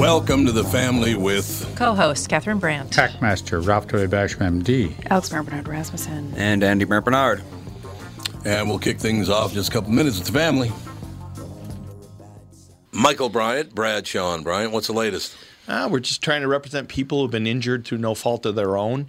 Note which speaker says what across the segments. Speaker 1: Welcome to the family with
Speaker 2: Co-host Catherine Brandt,
Speaker 3: Tackmaster Ralph Toy Basham MD.
Speaker 4: Alex Bernard Rasmussen.
Speaker 5: And Andy Bernard.
Speaker 1: And we'll kick things off in just a couple minutes. It's family. Michael Bryant, Brad Sean Bryant, what's the latest?
Speaker 6: Uh, we're just trying to represent people who've been injured through no fault of their own.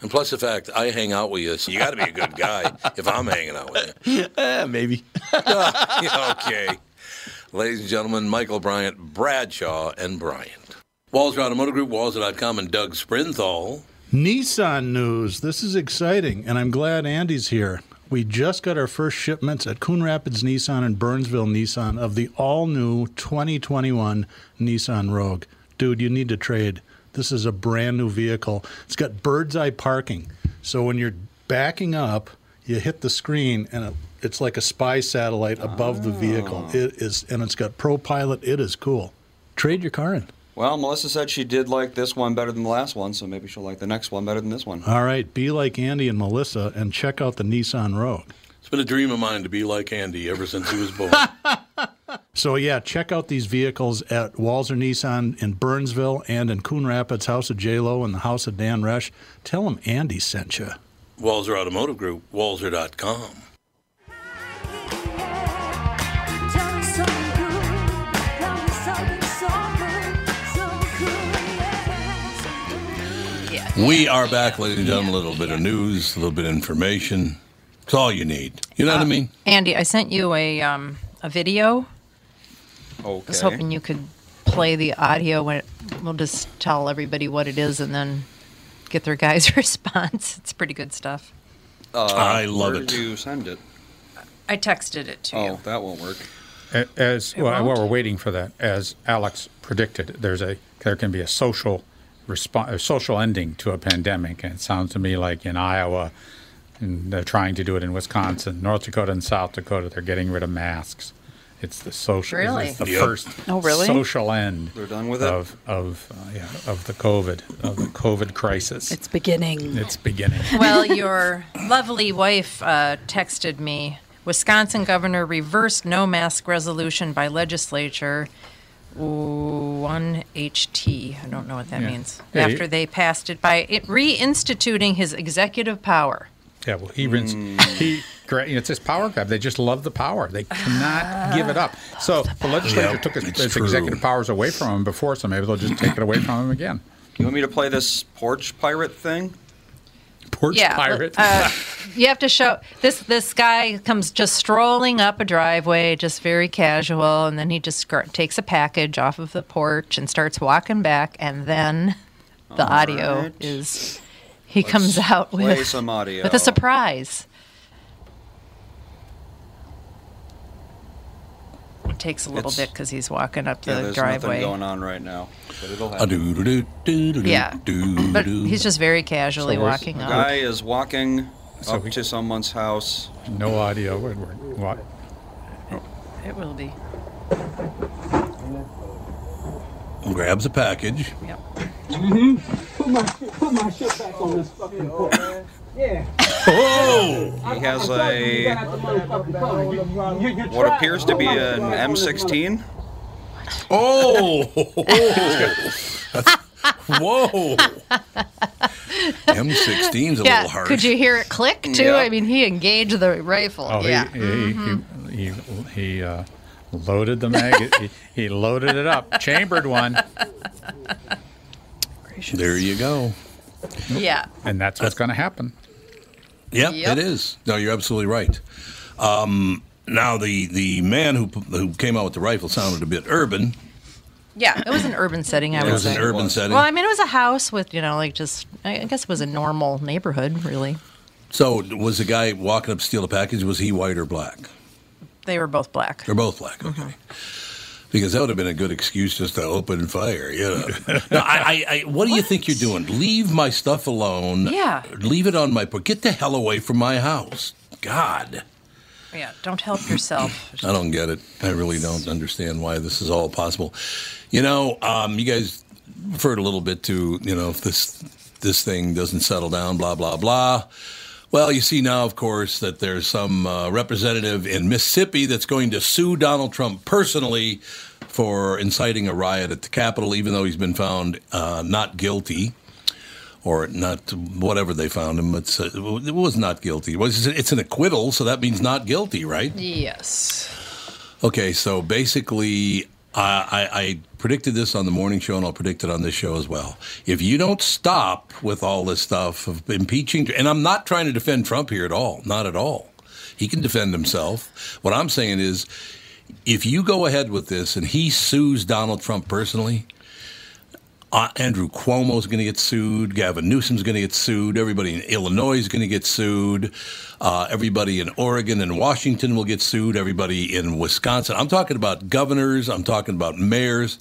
Speaker 1: And plus the fact I hang out with you, so you got to be a good guy if I'm hanging out with you.
Speaker 6: Eh, maybe.
Speaker 1: okay. Ladies and gentlemen, Michael Bryant, Bradshaw, and Bryant. Walzer Automotive Group, Walzer.com, and Doug Sprinthal.
Speaker 7: Nissan news. This is exciting, and I'm glad Andy's here. We just got our first shipments at Coon Rapids Nissan and Burnsville Nissan of the all new 2021 Nissan Rogue. Dude, you need to trade. This is a brand new vehicle. It's got bird's eye parking. So when you're backing up, you hit the screen and it, it's like a spy satellite above the vehicle. It is and it's got ProPilot. It is cool. Trade your car in.
Speaker 5: Well, Melissa said she did like this one better than the last one, so maybe she'll like the next one better than this one.
Speaker 7: All right, be like Andy and Melissa and check out the Nissan Rogue.
Speaker 1: It's been a dream of mine to be like Andy ever since he was born.
Speaker 7: So yeah, check out these vehicles at Walzer Nissan in Burnsville and in Coon Rapids, House of J Lo and the House of Dan Rush. Tell them Andy sent you.
Speaker 1: Walzer Automotive Group, Walzer.com. We are back, ladies and gentlemen. A little bit of news, a little bit of information. It's all you need. You know what I mean?
Speaker 2: Andy. I sent you a um, a video.
Speaker 5: Okay.
Speaker 2: I was hoping you could play the audio. When it, we'll just tell everybody what it is, and then get their guys' response. It's pretty good stuff.
Speaker 1: I love
Speaker 5: Uh, Where
Speaker 1: it.
Speaker 5: did you send it?
Speaker 2: I texted it to
Speaker 5: Oh,
Speaker 2: you.
Speaker 5: that won't work.
Speaker 3: A- As well, while
Speaker 2: won't?
Speaker 3: we're waiting for that, as Alex predicted, there's a there can be a social response, a social ending to a pandemic, and it sounds to me like in Iowa, and they're trying to do it in Wisconsin, North Dakota, and South Dakota. They're getting rid of masks. It's the social.
Speaker 2: Really?
Speaker 3: It's the
Speaker 1: Yep.
Speaker 3: first
Speaker 4: Oh, really?
Speaker 3: social end.
Speaker 5: They're done with it?
Speaker 3: of, Of uh, yeah, of the COVID of the COVID crisis.
Speaker 4: It's beginning.
Speaker 3: it's beginning.
Speaker 2: Well, your lovely wife uh, texted me. Wisconsin governor reversed no mask resolution by legislature. One HT. I don't know what that
Speaker 3: Yeah.
Speaker 2: means.
Speaker 3: Yeah,
Speaker 2: After
Speaker 3: you-
Speaker 2: they passed it by it reinstituting his executive power.
Speaker 3: Yeah, well, he rins. He great. It's his power grab. They just love the power. They cannot give it up. So Ah, the legislature
Speaker 1: Yep,
Speaker 3: took its,
Speaker 1: it's
Speaker 3: its
Speaker 1: true.
Speaker 3: executive powers away from him before, so maybe they'll just take it away from him again.
Speaker 5: You want me to play this porch pirate thing?
Speaker 3: porch
Speaker 2: Yeah,
Speaker 3: pirate.
Speaker 2: uh, you have to show this. This guy comes just strolling up a driveway, just very casual, and then he just gr- takes a package off of the porch and starts walking back. And then the audio
Speaker 5: right.
Speaker 2: is he comes out
Speaker 5: Play
Speaker 2: with
Speaker 5: some audio.
Speaker 2: with a surprise. It takes a little
Speaker 5: It's-
Speaker 2: bit because he's walking up
Speaker 5: Yeah,
Speaker 2: the
Speaker 5: there's
Speaker 2: driveway.
Speaker 5: nothing going on right now, but it'll
Speaker 1: A
Speaker 5: happen.
Speaker 1: doo-doo-doo, doo-doo-doo,
Speaker 2: Yeah,
Speaker 1: doo-doo-doo.
Speaker 2: but he's just very casually
Speaker 3: So where's-
Speaker 2: walking
Speaker 5: The
Speaker 2: up.
Speaker 5: guy is walking
Speaker 3: So
Speaker 5: up
Speaker 3: we-
Speaker 5: to someone's house.
Speaker 2: uh,
Speaker 3: no audio. What- what- what-
Speaker 2: It will be.
Speaker 1: grabs a package.
Speaker 2: Yep.
Speaker 5: He has a what appears to be an M16.
Speaker 1: Oh, whoa! M16's a
Speaker 2: Yeah,
Speaker 1: little harsh.
Speaker 2: could you hear it click too?
Speaker 5: Yeah.
Speaker 2: I mean, he engaged the rifle.
Speaker 3: Oh, he-
Speaker 2: yeah. Mm-hmm.
Speaker 3: he, he, he, he, uh, loaded the mag. he, he loaded it up, chambered one,
Speaker 1: There you go.
Speaker 2: Yeah.
Speaker 3: and that's what's going to happen.
Speaker 1: Yep,
Speaker 2: Yep.
Speaker 1: it is. No, you're absolutely right. Um, now the the man who who came out with the rifle sounded a bit urban.
Speaker 2: Yeah. It was an urban setting, I
Speaker 1: It
Speaker 2: would
Speaker 1: was
Speaker 2: say.
Speaker 1: an urban setting.
Speaker 2: well, I mean, it was a house with, you know, like just, I I guess it was a normal neighborhood, really.
Speaker 1: so was the guy walking up to steal the package? Was he white or black?
Speaker 2: They were both black.
Speaker 1: They're both black. Okay. Because that would have been a good excuse just to open fire, you know. no, I, I, I, what do you think you're doing? Leave my stuff alone.
Speaker 2: Yeah.
Speaker 1: Leave it on my. por- Get the hell away from my house. God.
Speaker 2: Yeah. Don't help yourself.
Speaker 1: I don't get it. I really don't understand why this is all possible. You know, um, you guys referred a little bit to you know if this this thing doesn't settle down, blah blah blah. Well, you see now, of course, that there's some uh, representative in Mississippi that's going to sue Donald Trump personally for inciting a riot at the Capitol, even though he's been found uh, not guilty or not whatever they found him. It's, uh, it was not guilty. It was- It's an acquittal, so that means not guilty, right?
Speaker 2: yes.
Speaker 1: Okay, so basically, I, I, I predicted this on the morning show, and I'll predict it on this show as well. If you don't stop with all this stuff of impeaching, and I'm not trying to defend Trump here at all, not at all. He can defend himself. What I'm saying is, if you go ahead with this and he sues Donald Trump personally, uh, Andrew Cuomo's going to get sued. Gavin Newsom's going to get sued. Everybody in Illinois is going to get sued. Uh, everybody in Oregon and Washington will get sued. Everybody in Wisconsin. I'm talking about governors. I'm talking about mayors.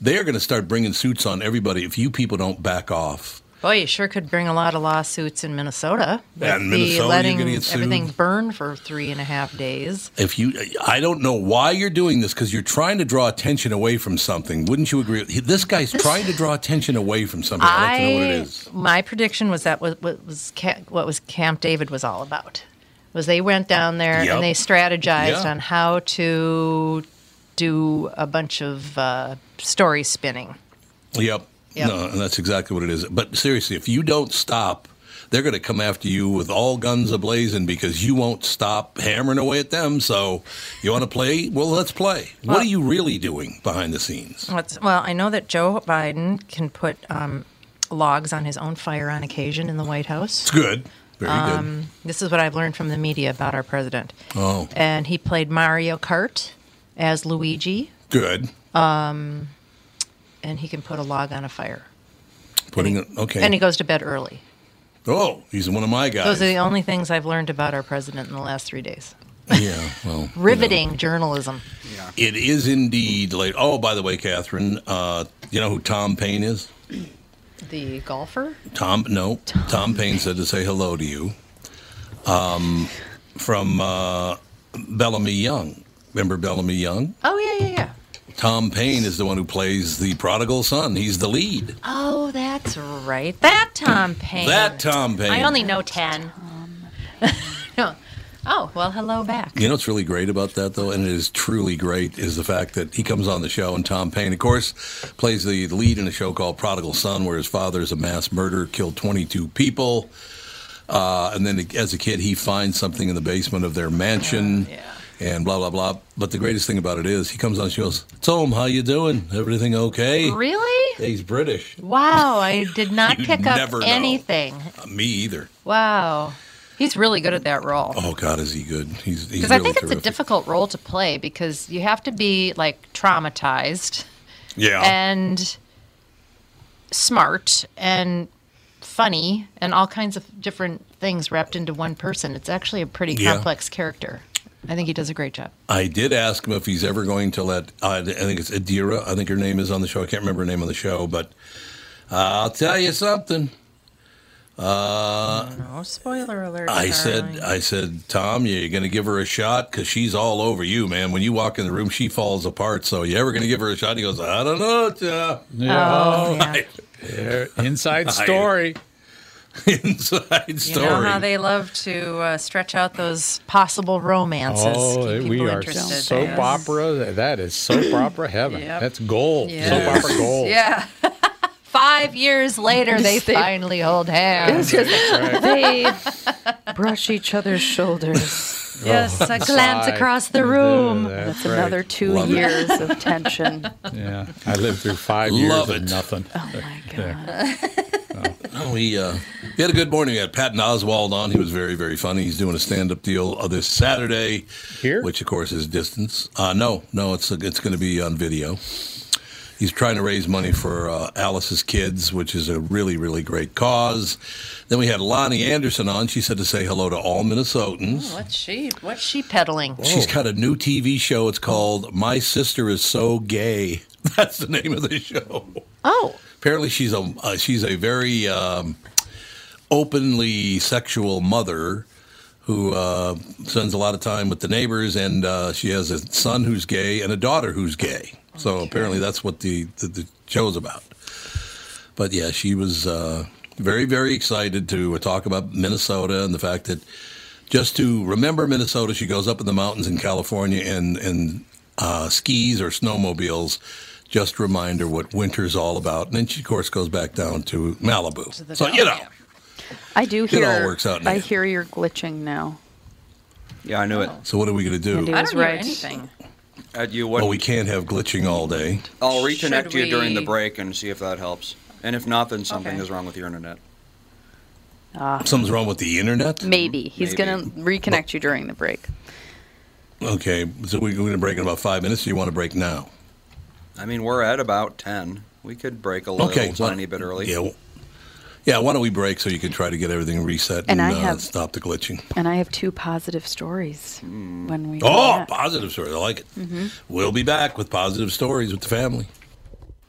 Speaker 1: They are going to start bringing suits on everybody if you people don't back off.
Speaker 2: Boy, you sure could bring a lot of lawsuits in Minnesota. with
Speaker 1: Yeah, in
Speaker 2: the
Speaker 1: Minnesota, you're
Speaker 2: letting
Speaker 1: gonna get sued.
Speaker 2: everything burn for three and a half days.
Speaker 1: If you, I don't know why you're doing this because you're trying to draw attention away from something. Wouldn't you agree? This guy's trying to draw attention away from something. I'd like to know what it is.
Speaker 2: my prediction was that was what was ca- what was Camp David was all about. Was they went down there
Speaker 1: Yep.
Speaker 2: and they strategized
Speaker 1: Yeah.
Speaker 2: on how to do a bunch of uh, story spinning.
Speaker 1: Yep.
Speaker 2: Yep.
Speaker 1: No, and that's exactly what it is. But seriously, if you don't stop, they're going to come after you with all guns ablazing because you won't stop hammering away at them. So, you want to play? Well, let's play. what are you really doing behind the scenes?
Speaker 2: What's, well, I know that Joe Biden can put um, logs on his own fire on occasion in the White House.
Speaker 1: It's good. Very
Speaker 2: This is what I've learned from the media about our president.
Speaker 1: good. Oh,
Speaker 2: And he played Mario Kart as Luigi,
Speaker 1: good.
Speaker 2: and he can put a log on a fire.
Speaker 1: Putting it. Okay.
Speaker 2: And he goes to bed early.
Speaker 1: oh, he's one of my guys.
Speaker 2: Those are the only things I've learned about our president in the last three days.
Speaker 1: yeah. Well.
Speaker 2: Riveting journalism.
Speaker 1: It is indeed late. Oh, by the way, Catherine, uh, you know who Tom Payne is?
Speaker 2: The golfer?
Speaker 1: Tom, no, Tom, Payne said to say hello to you um, from uh, Bellamy Young. Remember Bellamy Young?
Speaker 2: Oh, yeah, yeah, yeah.
Speaker 1: Tom Payne is the one who plays the prodigal son. He's the lead.
Speaker 2: Oh, that's right. That Tom Payne.
Speaker 1: That Tom Payne.
Speaker 2: I only know 10. no. Oh, well, hello back.
Speaker 1: You know what's really great about that, though, and it is truly great, is the fact that he comes on the show and Tom Payne, of course, plays the lead in a show called Prodigal Son, where his father is a mass murderer, killed 22 people. Uh, and then as a kid, he finds something in the basement of their
Speaker 2: Oh,
Speaker 1: mansion. And blah blah blah. But the greatest thing about it is, he comes on. She goes, "Tom, how you doing? Everything okay?"
Speaker 2: Really?
Speaker 1: He's British.
Speaker 2: Wow, I did not
Speaker 1: You'd
Speaker 2: pick up
Speaker 1: never know.
Speaker 2: anything.
Speaker 1: Uh, me either.
Speaker 2: Wow. He's really good at that role.
Speaker 1: Oh God, is he good? He's he's
Speaker 2: Because
Speaker 1: really
Speaker 2: I think it's
Speaker 1: terrific.
Speaker 2: a difficult role to play because you have to be like traumatized
Speaker 1: Yeah.
Speaker 2: and smart and funny and all kinds of different things wrapped into one person. It's actually a pretty
Speaker 1: Yeah.
Speaker 2: complex character. I think he does a great job.
Speaker 1: I did ask him if he's ever going to let. I I think it's Adira. I think her name is on the show. I can't remember her name on the show, but uh, I'll tell you something. Uh,
Speaker 2: Oh, spoiler alert.
Speaker 1: I said, I said, Tom, you're going to give her a shot because she's all over you, man. When you walk in the room, she falls apart. So you ever going to give her a shot? He goes, I don't know. Tom."
Speaker 2: Oh, yeah.
Speaker 3: Yeah, Inside story.
Speaker 1: Inside
Speaker 2: You
Speaker 1: story.
Speaker 2: know how they love to uh, stretch out those possible romances.
Speaker 3: Oh,
Speaker 2: keep
Speaker 3: we
Speaker 2: people
Speaker 3: are
Speaker 2: interested.
Speaker 3: soap
Speaker 2: Yes.
Speaker 3: opera. That is soap opera heaven.
Speaker 2: Yep.
Speaker 3: That's gold.
Speaker 2: Yes.
Speaker 3: Soap opera gold.
Speaker 2: Yeah. Five years later, they
Speaker 4: They-
Speaker 2: finally hold hands.
Speaker 4: they brush each other's shoulders.
Speaker 2: Yes, a glance
Speaker 3: Sigh.
Speaker 2: across the room.
Speaker 3: Yeah,
Speaker 4: That's,
Speaker 3: that's right.
Speaker 4: another two
Speaker 1: Love it.
Speaker 4: years of tension.
Speaker 3: Yeah, I lived through five
Speaker 1: Love
Speaker 3: years of
Speaker 1: it.
Speaker 3: nothing.
Speaker 4: Oh my god.
Speaker 1: Oh, we uh, we had a good morning. We had Patton Oswald on. He was very, very funny. He's doing a stand-up deal uh, this Saturday,
Speaker 3: Here?
Speaker 1: which of course is distance. Uh, no, no, it's it's going to be on video. He's trying to raise money for uh, Alice's Kids, which is a really, really great cause. Then we had Lonnie Anderson on. She said to say hello to all Minnesotans.
Speaker 2: What's she? What's she peddling?
Speaker 1: She's got a new TV show. It's called My Sister Is So Gay. That's the name of the show
Speaker 2: Oh,
Speaker 1: apparently she's a uh, she's a very um, openly sexual mother who uh, spends a lot of time with the neighbors, and uh, she has a son who's gay and a daughter who's gay. So apparently that's what the the, the show's about. But yeah, she was uh, very very excited to talk about Minnesota and the fact that. Just to remember Minnesota, she goes up in the mountains in California and and uh, skis or snowmobiles just remind her what winter's all about. And then she, of course, goes back down to Malibu.
Speaker 2: the
Speaker 1: so,
Speaker 2: down,
Speaker 1: you know,
Speaker 2: yeah.
Speaker 4: I do
Speaker 1: all
Speaker 4: hear.
Speaker 1: works out in the
Speaker 4: I
Speaker 1: end.
Speaker 4: hear you're glitching now.
Speaker 5: Yeah, I knew it.
Speaker 1: so what are we going to
Speaker 4: Andy
Speaker 1: do?
Speaker 2: I
Speaker 4: was
Speaker 2: don't know
Speaker 4: right.
Speaker 2: anything.
Speaker 5: At you, what?
Speaker 1: Well, we can't have glitching all day.
Speaker 5: I'll reconnect
Speaker 2: Should
Speaker 5: you during the
Speaker 2: we-
Speaker 5: break and see if that helps. And if not, then something
Speaker 2: Okay.
Speaker 5: is wrong with your internet.
Speaker 1: Something's wrong with the internet?
Speaker 4: Maybe he's
Speaker 5: Maybe.
Speaker 4: gonna reconnect you during the break.
Speaker 1: Okay, so we're going to break in about five minutes. Do you want to break now?
Speaker 5: I mean, we're at about 10. We could break a little
Speaker 1: okay. why-
Speaker 5: tiny bit early.
Speaker 1: Yeah. well- Yeah, why don't we break so you can try to get everything reset and,
Speaker 4: And I
Speaker 1: uh,
Speaker 4: have-
Speaker 1: stop the glitching?
Speaker 4: And I have two positive stories when we. do
Speaker 1: Oh,
Speaker 4: that.
Speaker 1: positive stories. I like it. We'll be back with positive stories with the family.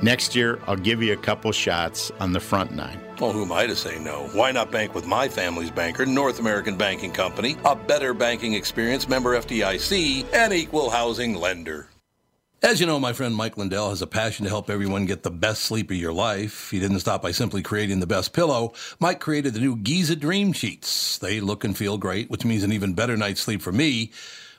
Speaker 8: Next year, I'll give you a couple shots on the front nine.
Speaker 1: Well, who am I to say no? Why not bank with my family's banker, North American Banking Company, a better banking experience, member FDIC, and equal housing lender? As you know, my friend Mike Lindell has a passion to help everyone get the best sleep of your life. He didn't stop by simply creating the best pillow. Mike created the new Giza Dream Sheets. They look and feel great, which means an even better night's sleep for me,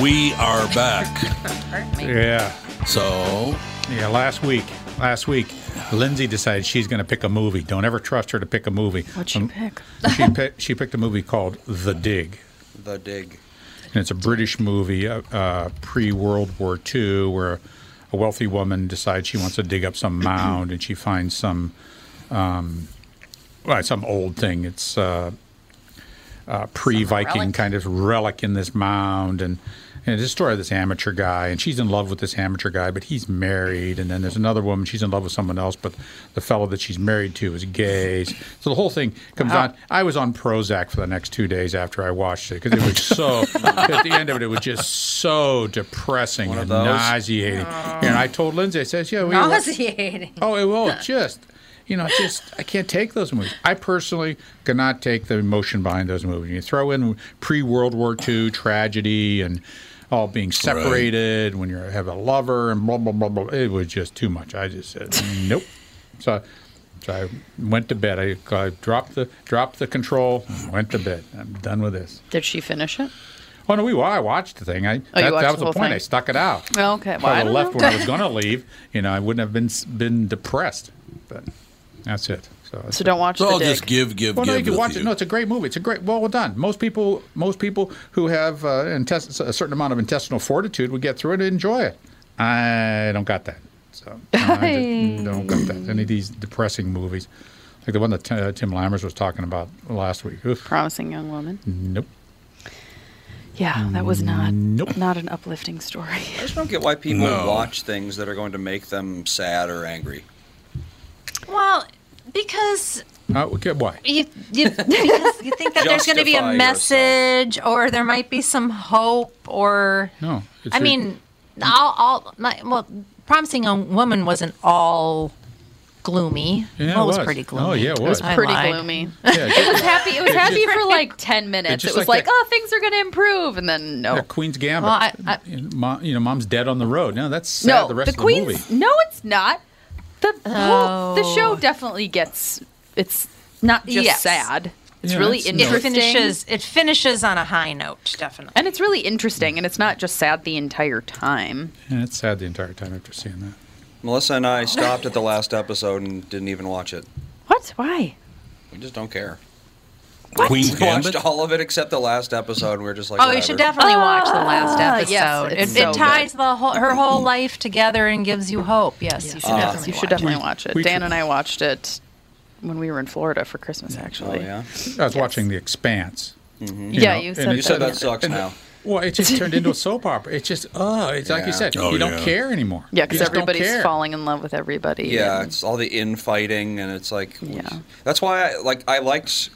Speaker 1: We are back.
Speaker 3: Yeah.
Speaker 1: So,
Speaker 3: Yeah, last week, last week, Lindsay decided she's going to pick a movie. Don't ever trust her to pick a movie.
Speaker 4: What'd she
Speaker 3: Um,
Speaker 4: pick?
Speaker 3: she, pick, she picked a movie called The Dig,
Speaker 5: The dig.
Speaker 3: and it's a British movie, uh, uh, pre World War II, where a wealthy woman decides she wants to dig up some mound, and she finds some, um, well, some old thing. It's uh, uh, pre-Viking
Speaker 2: relic.
Speaker 3: kind of relic in this mound, and and it's the story of this amateur guy, and she's in love with this amateur guy, but he's married, and then there's another woman she's in love with someone else, but the fellow that she's married to is gay. So the whole thing comes on. I was on Prozac for the next two days after I watched it because it was so. at the end of it, it was just so depressing and
Speaker 5: those.
Speaker 3: nauseating. And I told Lindsay, I says, "Yeah, we were-
Speaker 2: Nauseating.
Speaker 3: Oh, it will just, you know, just I can't take those movies. I personally cannot take the emotion behind those movies. You throw in pre World War II tragedy and all being separated when you have a lover and blah blah blah blah. It was just too much. I just said nope. So, so I went to bed. I, I dropped the dropped the control. and Went to bed. I'm done with this.
Speaker 4: Did she finish it?
Speaker 3: Oh no, we well, I watched the thing. I
Speaker 4: Oh, you
Speaker 3: that,
Speaker 4: watched
Speaker 3: that was
Speaker 4: the
Speaker 3: the,
Speaker 4: whole
Speaker 3: point.
Speaker 4: thing?
Speaker 3: I stuck it out.
Speaker 4: Well, okay.
Speaker 3: If
Speaker 4: Well,
Speaker 3: I'd
Speaker 4: I
Speaker 3: have
Speaker 4: don't
Speaker 3: left
Speaker 4: know.
Speaker 3: when I was gonna leave, you know, I wouldn't have been s- been depressed. But that's it. So,
Speaker 4: So don't watch
Speaker 1: So
Speaker 4: the
Speaker 1: I'll
Speaker 4: dig.
Speaker 1: just give, give,
Speaker 3: Well,
Speaker 1: give.
Speaker 3: no, you can
Speaker 1: with
Speaker 3: watch it. No, it's a great movie. It's a great, well, well done. Most people, most people who have uh, intest- a certain amount of intestinal fortitude would get through it and enjoy it. I don't got that. So no, I just don't got that. Any of these depressing movies, like the one that uh, Tim Lammers was talking about last week. Oof,
Speaker 4: Promising young woman.
Speaker 3: nope.
Speaker 4: Yeah, that was not
Speaker 3: Nope.
Speaker 4: not an uplifting story.
Speaker 5: I just don't get why people
Speaker 1: No.
Speaker 5: watch things that are going to make them sad or angry.
Speaker 2: Well, because
Speaker 3: Uh, okay, why?
Speaker 2: you, you, because you think that there's going to be
Speaker 5: Justify
Speaker 2: a message or there might be some hope or
Speaker 3: No, it's
Speaker 2: I
Speaker 3: your-
Speaker 2: mean, all, all my, well, promising young woman wasn't all gloomy.
Speaker 3: Yeah,
Speaker 2: well,
Speaker 3: it
Speaker 2: it was,
Speaker 3: was.
Speaker 2: pretty gloomy.
Speaker 3: Oh, yeah, it was. It's
Speaker 2: I
Speaker 4: Pretty
Speaker 2: lied.
Speaker 4: gloomy.
Speaker 3: Yeah, it's
Speaker 4: It was happy. It was happy
Speaker 2: just-
Speaker 4: for like ten minutes.
Speaker 3: just
Speaker 4: It was
Speaker 3: like
Speaker 4: like,
Speaker 3: that-
Speaker 4: oh, things are going to improve, and then
Speaker 5: Oh.
Speaker 4: no.
Speaker 3: Yeah, Queen's Gambit.
Speaker 2: Well, I- I-
Speaker 3: You know, Mom, you know, mom's dead on the road. No, that's sad
Speaker 4: no,
Speaker 3: the rest of
Speaker 4: Queen's.
Speaker 3: the movie.
Speaker 4: No, it's not. The whole, the
Speaker 2: Oh.
Speaker 4: show definitely gets. It's not just
Speaker 2: Yes.
Speaker 4: sad. It's
Speaker 3: Yeah,
Speaker 4: really
Speaker 3: that's- no.
Speaker 2: It
Speaker 4: interesting.
Speaker 2: finishes, it finishes on a high note, definitely.
Speaker 4: and it's really interesting, and it's not just sad the entire time.
Speaker 3: Yeah, it's sad the entire time after seeing that.
Speaker 5: Melissa and I stopped at the last episode and didn't even watch it.
Speaker 4: What? Why?
Speaker 5: We just don't care.
Speaker 1: you. Queen's
Speaker 5: We watched
Speaker 1: Gambit.
Speaker 5: all of it except the last episode, and we are just like,
Speaker 2: Oh, you should
Speaker 5: whatever.
Speaker 2: definitely watch the last episode.
Speaker 4: Ah, yes,
Speaker 2: it,
Speaker 4: it's
Speaker 2: it
Speaker 4: so
Speaker 2: ties the whole, her whole life together and gives you hope. Yes, you should definitely.
Speaker 4: Ah. You should
Speaker 2: watch it.
Speaker 4: definitely watch it.
Speaker 3: we
Speaker 4: Dan
Speaker 3: should-
Speaker 4: and I watched it when we were in Florida for Christmas, actually.
Speaker 5: Oh, yeah.
Speaker 3: I was watching The Expanse.
Speaker 4: Yeah,
Speaker 3: know,
Speaker 4: you
Speaker 3: and
Speaker 4: said
Speaker 5: You
Speaker 3: it's-
Speaker 5: said
Speaker 4: that.
Speaker 5: Mm-hmm. that sucks now.
Speaker 3: Well, it just turned into a soap opera. It's just, oh, it's like you
Speaker 5: Yeah.
Speaker 3: said,
Speaker 1: Oh,
Speaker 3: you don't
Speaker 1: yeah.
Speaker 3: care anymore.
Speaker 4: Yeah,
Speaker 3: You
Speaker 4: because
Speaker 3: just don't
Speaker 4: everybody's
Speaker 3: care.
Speaker 4: falling in love with everybody.
Speaker 5: Yeah,
Speaker 4: and-
Speaker 5: it's all the infighting, and it's like,
Speaker 4: Yeah.
Speaker 5: that's why I like I liked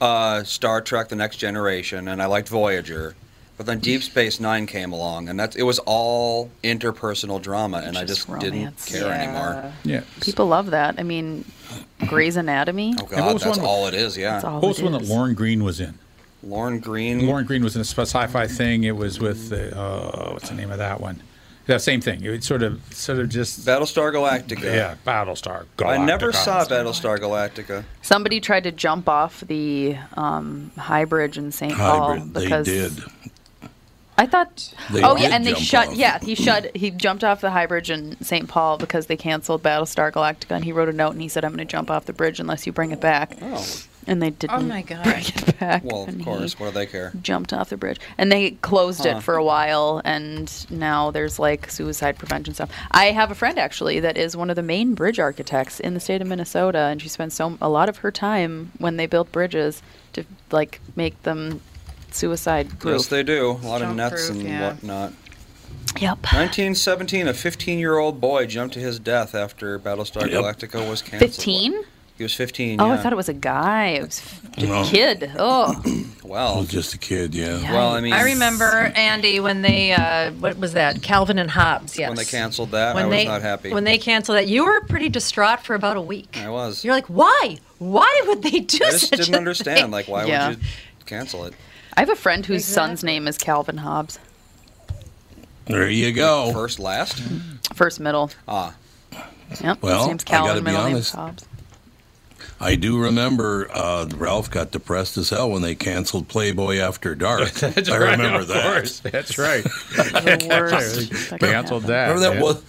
Speaker 5: uh, Star Trek: The Next Generation, and I liked Voyager, but then Deep Space Nine came along, and that's it was all interpersonal drama, and I
Speaker 4: Just
Speaker 5: just didn't
Speaker 4: romance.
Speaker 5: care anymore.
Speaker 3: Yeah.
Speaker 4: people love that. I mean, Grey's Anatomy.
Speaker 5: Oh
Speaker 3: what
Speaker 5: God,
Speaker 3: was
Speaker 5: that's
Speaker 3: one-
Speaker 5: all it is. Yeah,
Speaker 4: That's all
Speaker 3: What was
Speaker 4: it
Speaker 3: the one that
Speaker 4: is.
Speaker 3: Lauren Green was in?
Speaker 5: Lauren Green.
Speaker 3: Lauren Green was in a sci- sci-fi thing. It was with, uh, oh, what's the name of that one? That same thing. It was sort of, sort of just,
Speaker 5: Battlestar Galactica.
Speaker 3: yeah, Battlestar.
Speaker 5: I never
Speaker 3: Galactica.
Speaker 5: saw Battlestar Galactica.
Speaker 4: Somebody tried to jump off the um, high bridge in St. Paul
Speaker 1: Hybrid. They
Speaker 4: because
Speaker 1: did.
Speaker 4: I thought.
Speaker 1: They
Speaker 4: oh yeah,
Speaker 1: did
Speaker 4: and they
Speaker 1: jump
Speaker 4: shut.
Speaker 1: off.
Speaker 4: Yeah, he shut. He jumped off the high bridge in St. Paul because they canceled Battlestar Galactica, and he wrote a note and he said, "I'm going to jump off the bridge unless you bring it back."
Speaker 5: Oh,
Speaker 4: And they didn't.
Speaker 2: Oh my god.
Speaker 4: Back
Speaker 5: well, of
Speaker 4: and he
Speaker 5: course. What do they care?
Speaker 4: Jumped off the bridge, and they closed
Speaker 5: Huh.
Speaker 4: it for a while, and now there's like suicide prevention stuff. I have a friend actually that is one of the main bridge architects in the state of Minnesota, and she spends so a lot of her time when they build bridges to like make them suicide
Speaker 5: Yes,
Speaker 4: proof.
Speaker 5: they do. A lot of
Speaker 2: Jump
Speaker 5: nets
Speaker 2: proof,
Speaker 5: and
Speaker 2: yeah.
Speaker 5: whatnot.
Speaker 4: Yep.
Speaker 5: 1917, a 15-year-old boy jumped to his death after
Speaker 1: Yep.
Speaker 5: Battlestar Galactica was canceled.
Speaker 4: 15?
Speaker 5: He was 15.
Speaker 4: Oh, I
Speaker 5: yeah.
Speaker 4: thought it was a guy. It was f-
Speaker 1: No.
Speaker 4: a kid. Oh,
Speaker 1: I
Speaker 5: Well,
Speaker 1: was just a kid, yeah.
Speaker 5: well, I mean,
Speaker 2: I remember Andy when they uh, what was that Calvin and Hobbes? Yes.
Speaker 5: when they canceled that, I
Speaker 2: When
Speaker 5: was
Speaker 2: they-
Speaker 5: not happy.
Speaker 2: When they canceled that, you were pretty distraught for about a week.
Speaker 5: I was.
Speaker 2: You're like, why? Why would they do
Speaker 5: I
Speaker 2: such
Speaker 5: just didn't
Speaker 2: a
Speaker 5: understand.
Speaker 2: thing?
Speaker 5: Like, why
Speaker 4: Yeah.
Speaker 5: would you cancel it?
Speaker 4: I have a friend whose son's name is Calvin Hobbs.
Speaker 1: There you go.
Speaker 5: First, last.
Speaker 4: First middle.
Speaker 5: Ah,
Speaker 4: Yep.
Speaker 1: Well,
Speaker 4: his name's
Speaker 1: I gotta
Speaker 4: Calvin,
Speaker 1: be
Speaker 4: middle name
Speaker 1: honest.
Speaker 4: is Hobbs.
Speaker 1: I do remember uh, Ralph got depressed as hell when they canceled Playboy After Dark. I remember
Speaker 3: of
Speaker 1: that.
Speaker 3: Course. That's right.
Speaker 4: The worst. that could
Speaker 3: Canceled
Speaker 4: happen.
Speaker 3: that.
Speaker 1: Remember that
Speaker 3: yeah.
Speaker 1: was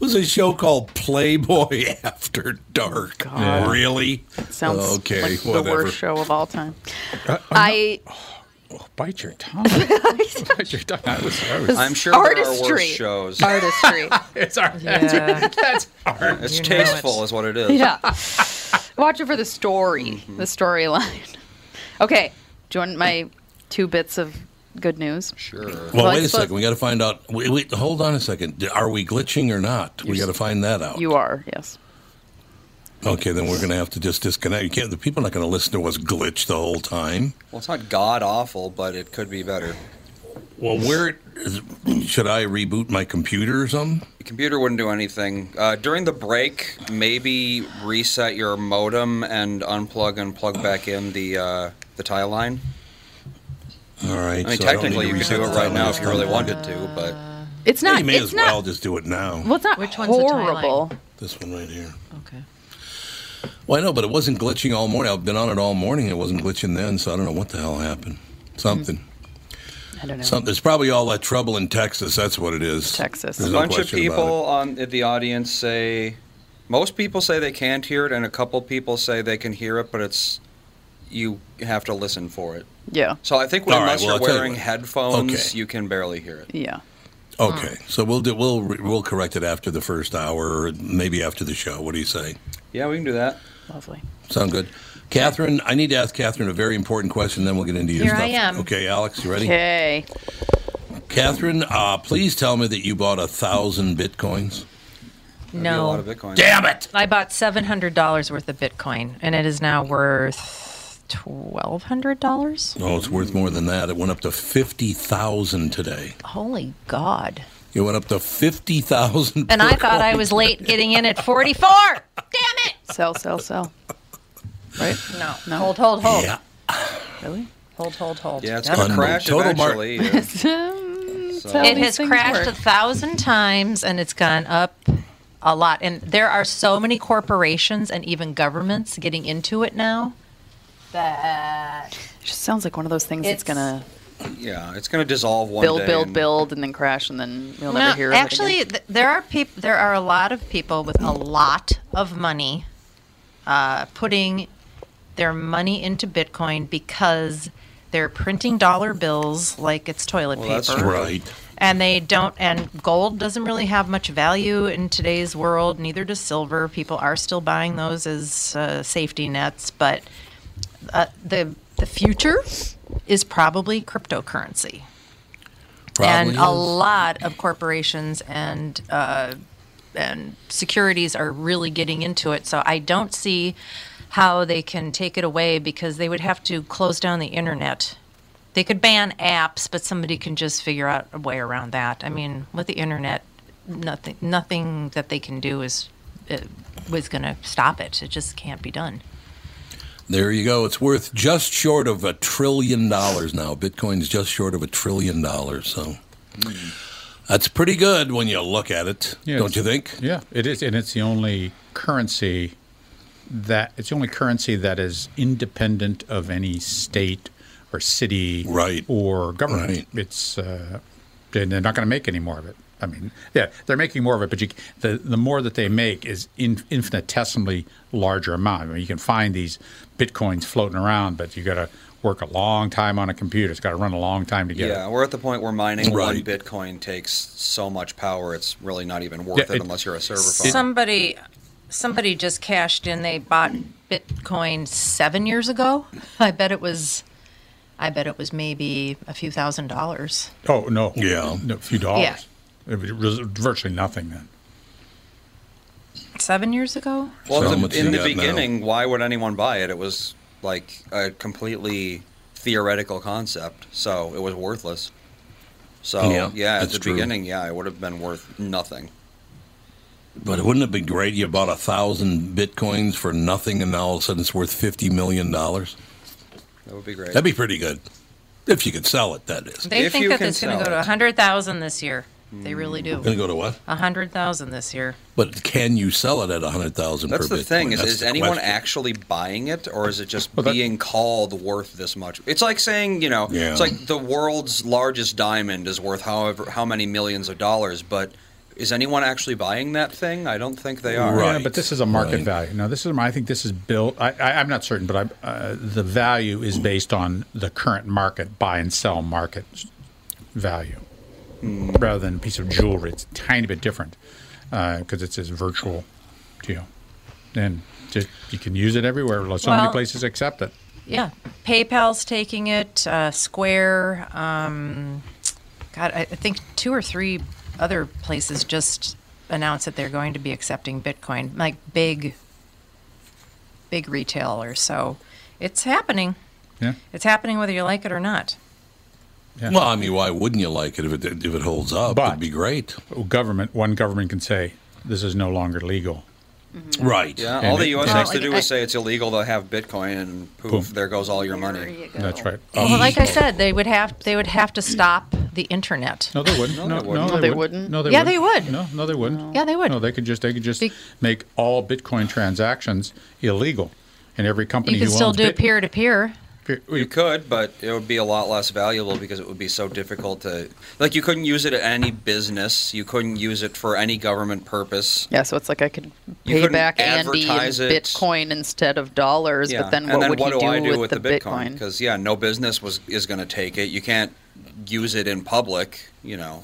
Speaker 1: was a show called Playboy After Dark.
Speaker 3: Yeah.
Speaker 1: Really?
Speaker 4: Sounds
Speaker 1: okay,
Speaker 4: like the
Speaker 1: whatever.
Speaker 4: worst show of all time. I
Speaker 3: Bite your tongue. Bite your tongue. I was, I was,
Speaker 5: I'm sure there are
Speaker 4: Artistry.
Speaker 5: worse shows.
Speaker 4: artistry.
Speaker 3: it's our,
Speaker 2: Yeah.
Speaker 3: that's our
Speaker 5: It's
Speaker 2: You know
Speaker 5: tasteful,
Speaker 2: it.
Speaker 5: is what it is.
Speaker 4: yeah. Watch it for the story,
Speaker 5: Mm-hmm.
Speaker 4: the storyline. Okay. Do you want my two bits of good news?
Speaker 5: Sure.
Speaker 1: Well,
Speaker 4: Well, I
Speaker 1: wait a
Speaker 4: suppose-
Speaker 1: second. We got to find out. Wait, wait, hold on a second. D- Are we glitching or not? We got to find that out.
Speaker 4: You are, yes.
Speaker 1: okay, then we're going to have to just disconnect. You can't. The people are not going to listen to us glitch the whole time.
Speaker 5: Well, it's not god awful, but it could be better.
Speaker 1: Well, where is, should I reboot my computer or something?
Speaker 5: The computer wouldn't do anything. Uh, during the break, maybe reset your modem and unplug and plug back in the uh, the tie line.
Speaker 1: All right.
Speaker 5: I mean,
Speaker 1: so don't
Speaker 5: technically,
Speaker 1: need
Speaker 5: you
Speaker 1: to
Speaker 5: could
Speaker 1: reset
Speaker 5: do it
Speaker 1: the
Speaker 5: right
Speaker 1: timeline
Speaker 5: now
Speaker 1: this
Speaker 5: if you really
Speaker 1: time.
Speaker 5: wanted to, but
Speaker 4: It's
Speaker 1: Yeah,
Speaker 4: not.
Speaker 1: you may
Speaker 4: it's
Speaker 1: as
Speaker 4: not.
Speaker 1: well just do it now.
Speaker 4: Well, it's not
Speaker 2: Which one's the tie line?
Speaker 4: horrible.
Speaker 1: This one right here.
Speaker 2: Okay.
Speaker 1: Well, I know, but it wasn't glitching all morning. I've been on it all morning. It wasn't glitching then, so I don't know what the hell happened. Something.
Speaker 4: I don't know.
Speaker 1: Something. It's probably all that trouble in Texas. That's what it is.
Speaker 4: Texas.
Speaker 1: There's
Speaker 5: a
Speaker 1: no
Speaker 5: bunch of
Speaker 1: question about it.
Speaker 5: people on in the audience say most people say they can't hear it, and a couple people say they can hear it, but it's you have to listen for it.
Speaker 4: Yeah.
Speaker 5: So I think when,
Speaker 1: All right,
Speaker 5: unless
Speaker 1: well, I'll
Speaker 5: you're
Speaker 1: tell you
Speaker 5: wearing
Speaker 1: what.
Speaker 5: headphones,
Speaker 1: Okay.
Speaker 5: you can barely hear it.
Speaker 4: Yeah.
Speaker 1: Okay, so we'll do we'll re- we'll correct it after the first hour, or maybe after the show. What do you say?
Speaker 5: Yeah, we can do that.
Speaker 4: Lovely.
Speaker 1: Sound good, Catherine? I need to ask Catherine a very important question. Then we'll get into your
Speaker 2: Here
Speaker 1: stuff.
Speaker 2: I am.
Speaker 1: Okay, Alex, you ready?
Speaker 4: Okay.
Speaker 1: Catherine, uh, please tell me that you bought a thousand bitcoins.
Speaker 5: That'd be A lot
Speaker 2: No.
Speaker 5: of Bitcoin.
Speaker 1: Damn it!
Speaker 2: I bought seven hundred dollars worth of Bitcoin, and it is now worth twelve hundred dollars.
Speaker 1: Oh, it's worth more than that. It went up to fifty thousand today.
Speaker 2: Holy God!
Speaker 1: It went up to fifty thousand.
Speaker 2: And I thought I was late getting in at forty-four. Damn it!
Speaker 4: Sell, sell, sell. Right?
Speaker 2: No.
Speaker 4: No.
Speaker 2: Hold, hold, hold.
Speaker 1: Yeah.
Speaker 4: Really?
Speaker 2: Hold, hold, hold.
Speaker 5: Yeah, it's
Speaker 2: Yep.
Speaker 5: going to
Speaker 1: Unbelievable.
Speaker 5: crash
Speaker 1: Total mar-
Speaker 5: eventually. yeah. So-
Speaker 4: Tell
Speaker 2: It
Speaker 4: these
Speaker 2: has
Speaker 4: things
Speaker 2: crashed
Speaker 4: work.
Speaker 2: a thousand times and it's gone up a lot. And there are so many corporations and even governments getting into it now that
Speaker 4: It just sounds like one of those things
Speaker 2: It's-
Speaker 4: that's gonna
Speaker 5: Yeah, it's going to dissolve one
Speaker 4: build,
Speaker 5: day.
Speaker 4: build,
Speaker 5: and-
Speaker 4: build, and then crash, and then you'll never hear of
Speaker 2: actually,
Speaker 4: it
Speaker 2: th- there are people. There are a lot of people with a lot of money uh, putting their money into Bitcoin because they're printing dollar bills like it's toilet
Speaker 5: Well,
Speaker 2: paper.
Speaker 5: that's true.
Speaker 1: right.
Speaker 2: and they don't and gold doesn't really have much value in today's world neither does silver people are still buying those as uh, safety nets but uh, the the future is probably cryptocurrency and
Speaker 1: Probably
Speaker 2: a
Speaker 1: is.
Speaker 2: lot of corporations and uh, and securities are really getting into it. So I don't see how they can take it away because they would have to close down the internet. They could ban apps, but somebody can just figure out a way around that. I mean, with the internet, nothing nothing that they can do is uh, was going to stop it. It just can't be done.
Speaker 1: There you go. It's worth just short of a trillion dollars now. Bitcoin's just short of a trillion dollars. So that's pretty good when you look at it,
Speaker 3: Yeah,
Speaker 1: don't
Speaker 3: it's-
Speaker 1: you think?
Speaker 3: Yeah, it is, and it's the only currency that it's the only currency that is independent of any state or city
Speaker 1: Right.
Speaker 3: or government.
Speaker 1: Right.
Speaker 3: It's uh, and they're not going to make any more of it. I mean, yeah, they're making more of it, but you, the the more that they make is in, infinitesimally larger amount. I mean, you can find these bitcoins floating around, but you got to work a long time on a computer. It's got to run a long time to get
Speaker 5: Yeah,
Speaker 3: it.
Speaker 5: we're at the point where mining one
Speaker 1: Right.
Speaker 5: Bitcoin takes so much power, it's really not even worth
Speaker 3: Yeah,
Speaker 5: it,
Speaker 3: it-
Speaker 5: unless you're a server farm.
Speaker 2: Somebody somebody just cashed in. They bought Bitcoin seven years ago. I bet it was I bet it was maybe a few thousand dollars.
Speaker 3: Oh no,
Speaker 1: Yeah.
Speaker 3: no, a few dollars. It was virtually nothing then.
Speaker 2: Seven years ago?
Speaker 1: So
Speaker 5: Well,
Speaker 1: how
Speaker 5: at
Speaker 1: much
Speaker 5: the,
Speaker 1: you
Speaker 5: in the
Speaker 1: got now?
Speaker 5: beginning, why would anyone buy it? It was like a completely theoretical concept, so it was worthless. So
Speaker 1: Yeah,
Speaker 5: yeah, at
Speaker 1: that's
Speaker 5: the
Speaker 1: true.
Speaker 5: beginning, yeah, it would have been worth nothing.
Speaker 1: But wouldn't it be great? You bought a thousand bitcoins for nothing, and now all of a sudden it's worth fifty million dollars.
Speaker 5: That would be great.
Speaker 1: That'd be pretty good, if you could sell it. That is.
Speaker 2: They
Speaker 5: If
Speaker 2: think
Speaker 5: you
Speaker 2: that
Speaker 5: can
Speaker 2: it's going
Speaker 5: sell
Speaker 2: to go to
Speaker 5: it. Mm.
Speaker 2: 100,000 this year. They really
Speaker 1: Gonna
Speaker 2: do.
Speaker 1: go to what?
Speaker 2: 100,000 this year.
Speaker 1: But can you sell it at a hundred thousand?
Speaker 5: That's
Speaker 1: per
Speaker 5: the thing.
Speaker 1: Bitcoin?
Speaker 5: Is,
Speaker 1: That's
Speaker 5: is
Speaker 1: the
Speaker 5: anyone
Speaker 1: question.
Speaker 5: actually buying it, or is it just
Speaker 3: that-
Speaker 5: being called worth this much? It's like saying, you know,
Speaker 1: Yeah.
Speaker 5: it's like the world's largest diamond is worth however how many millions of dollars, but is anyone actually buying that thing? I don't think they are.
Speaker 1: Right.
Speaker 3: Yeah, but this is a market
Speaker 1: Right.
Speaker 3: value. No, this is. I think this is built. I, I, I'm not certain, but I, uh, the value is based on the current market buy and sell market s- value, rather than a piece of jewelry. It's a tiny bit different because it's this virtual deal, and just, you can use it everywhere. So many
Speaker 2: Well-
Speaker 3: places accept it.
Speaker 2: Yeah. PayPal's taking it, uh, Square. Um, God, I I think two or three other places just announced that they're going to be accepting Bitcoin, like big, big retailers. So it's happening.
Speaker 3: Yeah.
Speaker 2: It's happening whether you like it or not.
Speaker 1: Well, I mean, why wouldn't you like it if it if it holds up?
Speaker 3: But-
Speaker 1: It'd be great,
Speaker 3: Government. One government can say this is no longer legal.
Speaker 1: right?
Speaker 5: Yeah,
Speaker 3: And
Speaker 5: Uh, all
Speaker 3: it-
Speaker 5: the U.S.
Speaker 3: Well,
Speaker 5: has
Speaker 4: I-
Speaker 5: to do
Speaker 4: I-
Speaker 5: is say it's illegal to have Bitcoin, and poof,
Speaker 3: Boom.
Speaker 5: there goes all your
Speaker 4: There
Speaker 5: money.
Speaker 4: you go.
Speaker 3: That's right. Um,
Speaker 2: Well, like I said, they would have they would have to stop the internet.
Speaker 3: No, they wouldn't. No, no,
Speaker 5: they wouldn't.
Speaker 3: they,
Speaker 4: No, they
Speaker 3: would.
Speaker 4: wouldn't.
Speaker 3: No, they
Speaker 2: Yeah,
Speaker 3: would.
Speaker 2: they would.
Speaker 3: No, no, they wouldn't.
Speaker 2: Yeah, they would.
Speaker 3: No, they could just they could just
Speaker 2: Be-
Speaker 3: make all Bitcoin transactions illegal, and every company
Speaker 2: You can
Speaker 3: who
Speaker 2: still
Speaker 3: owns
Speaker 2: do
Speaker 3: Bit-
Speaker 2: peer to peer.
Speaker 3: peer-
Speaker 5: You could, but it would be a lot less valuable because it would be so difficult to. Like, you couldn't use it at any business. You couldn't use it for any government purpose.
Speaker 4: Yeah, so it's like I could
Speaker 5: You
Speaker 4: pay
Speaker 5: couldn't
Speaker 4: back Andy in
Speaker 5: advertise it.
Speaker 4: Bitcoin instead of dollars, but then what
Speaker 5: and then
Speaker 4: would
Speaker 5: what
Speaker 4: he
Speaker 5: do I
Speaker 4: do,
Speaker 5: do
Speaker 4: with, the Bitcoin?
Speaker 5: Because yeah, no business was is going to take it. You can't use it in public, you know.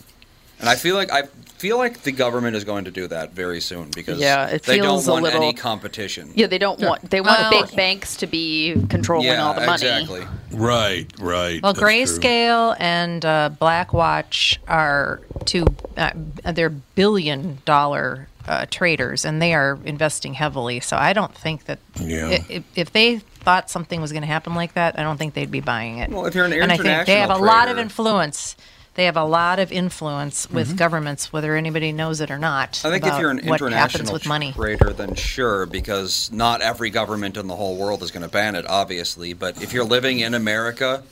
Speaker 5: And I feel like I feel like the government is going to do that very soon because
Speaker 4: Yeah, it
Speaker 5: they
Speaker 4: feels
Speaker 5: don't
Speaker 4: a
Speaker 5: want
Speaker 4: little-
Speaker 5: any competition.
Speaker 4: Yeah, they don't want they want
Speaker 2: Well-
Speaker 4: big banks to be controlling
Speaker 5: Yeah,
Speaker 4: all the money.
Speaker 5: exactly.
Speaker 1: Right, right.
Speaker 2: Well,
Speaker 1: That's true.
Speaker 2: Grayscale and uh, Blackwatch are two, uh, they're billion dollar uh, traders and they are investing heavily. So I don't think that
Speaker 1: Yeah.
Speaker 2: i- if, if they thought something was going to happen like that, I don't think they'd be buying it.
Speaker 5: Well, if you're an
Speaker 2: and I think they have a
Speaker 5: international
Speaker 2: lot of
Speaker 5: trader-
Speaker 2: influence. They have a lot of influence with
Speaker 1: Mm-hmm.
Speaker 2: governments, whether anybody knows it or not.
Speaker 5: I think if
Speaker 2: about
Speaker 5: you're an
Speaker 2: what happens
Speaker 5: international
Speaker 2: with money,
Speaker 5: trader, then sure, because not every government in the whole world is going to ban it, obviously. But if you're living in America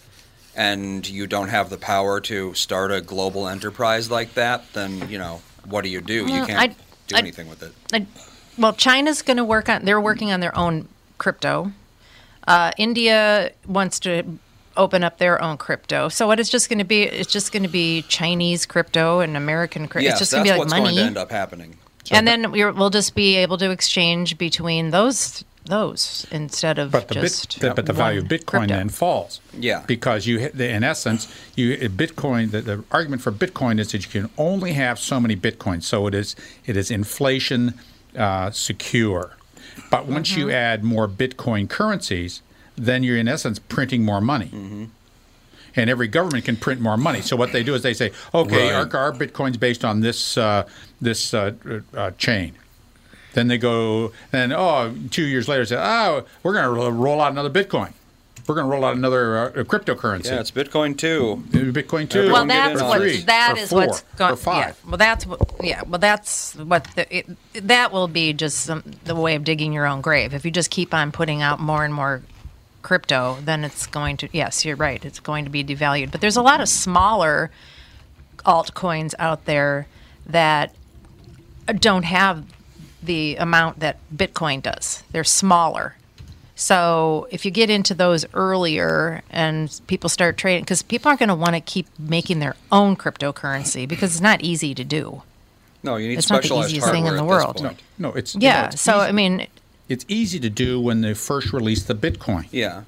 Speaker 5: and you don't have the power to start a global enterprise like that, then you know what do you do? You
Speaker 2: Well,
Speaker 5: can't
Speaker 2: I'd-
Speaker 5: do
Speaker 2: I'd-
Speaker 5: anything with it.
Speaker 2: I- well, China's going to work on. They're working on their own crypto. Uh, India wants to open up their own crypto. So what it's just going to be? It's just going to be Chinese crypto and American crypto.
Speaker 5: yes,
Speaker 2: it's just
Speaker 5: that's
Speaker 2: going to be like
Speaker 5: what's
Speaker 2: money,
Speaker 5: going to end up happening.
Speaker 2: and then we're, we'll just be able to exchange between those those instead of
Speaker 3: But the, bit,
Speaker 2: just. uh,
Speaker 3: the- but the value of
Speaker 2: one
Speaker 3: Bitcoin
Speaker 2: crypto.
Speaker 3: then falls.
Speaker 5: Yeah.
Speaker 3: Because you, hit- in essence, you Bitcoin. The, the argument for Bitcoin is that you can only have so many Bitcoins, so it is it is inflation uh, secure. But once
Speaker 2: Mm-hmm.
Speaker 3: you add more Bitcoin currencies, then you're in essence printing more money. And every government can print more money. So what they do is they say, okay,
Speaker 1: Right.
Speaker 3: our, our Bitcoin's based on this uh, this uh, uh, chain. Then they go, and oh, two years later, say, oh, we're going to roll out another Bitcoin. We're going to roll out another uh, cryptocurrency.
Speaker 5: Yeah, it's Bitcoin too.
Speaker 3: Bitcoin two.
Speaker 2: Well,
Speaker 5: Everyone get
Speaker 2: that's
Speaker 5: in on
Speaker 3: or
Speaker 5: it.
Speaker 3: three,
Speaker 2: what that
Speaker 3: or
Speaker 2: is
Speaker 3: four,
Speaker 2: what's going.
Speaker 3: or five.
Speaker 2: Yeah. Well, that's what. Yeah. Well, that's what the, it, that will be. Just some, the way of digging your own grave. If you just keep on putting out more and more crypto, then it's going to. Yes, you're right. It's going to be devalued. But there's a lot of smaller altcoins out there that don't have the amount that Bitcoin does. They're smaller. So if you get into those earlier and people start trading, because people aren't going to want to keep making their own cryptocurrency because it's not easy to do.
Speaker 5: No, you need
Speaker 2: It's not the
Speaker 5: specialized
Speaker 2: easiest
Speaker 5: hardware
Speaker 2: thing in the
Speaker 5: at this
Speaker 2: world.
Speaker 5: point.
Speaker 3: No, it's no,
Speaker 2: Yeah.
Speaker 3: it's
Speaker 2: so
Speaker 3: easy.
Speaker 2: I mean,
Speaker 3: it's easy to do when they first release the Bitcoin.
Speaker 5: Yeah.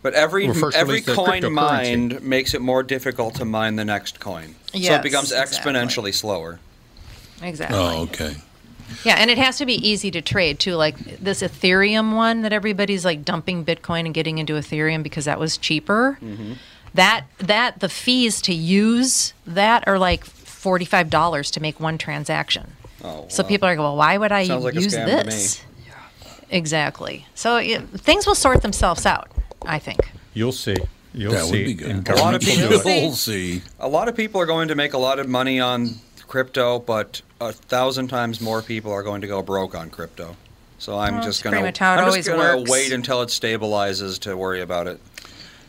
Speaker 5: But every
Speaker 3: Well, first
Speaker 5: every
Speaker 3: release the
Speaker 5: coin
Speaker 3: cryptocurrency.
Speaker 5: mined makes it more difficult to mine the next coin. so
Speaker 2: Yes,
Speaker 5: it becomes
Speaker 2: exactly.
Speaker 5: exponentially slower.
Speaker 2: exactly.
Speaker 1: Oh, okay.
Speaker 2: Yeah, and it has to be easy to trade too. Like this Ethereum one that everybody's like dumping Bitcoin and getting into Ethereum because that was cheaper.
Speaker 5: Mm-hmm.
Speaker 2: That that the fees to use that are like forty five dollars to make one transaction.
Speaker 5: Oh,
Speaker 2: so
Speaker 5: wow.
Speaker 2: people are like, well, why would I
Speaker 5: Sounds like a
Speaker 2: use
Speaker 5: scam to me.
Speaker 2: this? Exactly. So it, things will sort themselves out. I think.
Speaker 3: You'll see. You'll
Speaker 1: That
Speaker 3: see.
Speaker 1: would be good.
Speaker 3: in
Speaker 5: A lot of
Speaker 3: government-
Speaker 5: people-
Speaker 1: We'll see.
Speaker 5: A lot of people are going to make a lot of money on crypto, but a thousand times more people are going to go broke on crypto. So I'm
Speaker 2: Well,
Speaker 5: just
Speaker 2: it's
Speaker 5: gonna
Speaker 2: pretty much how it
Speaker 5: I'm
Speaker 2: always
Speaker 5: just gonna
Speaker 2: works.
Speaker 5: wait until it stabilizes to worry about it.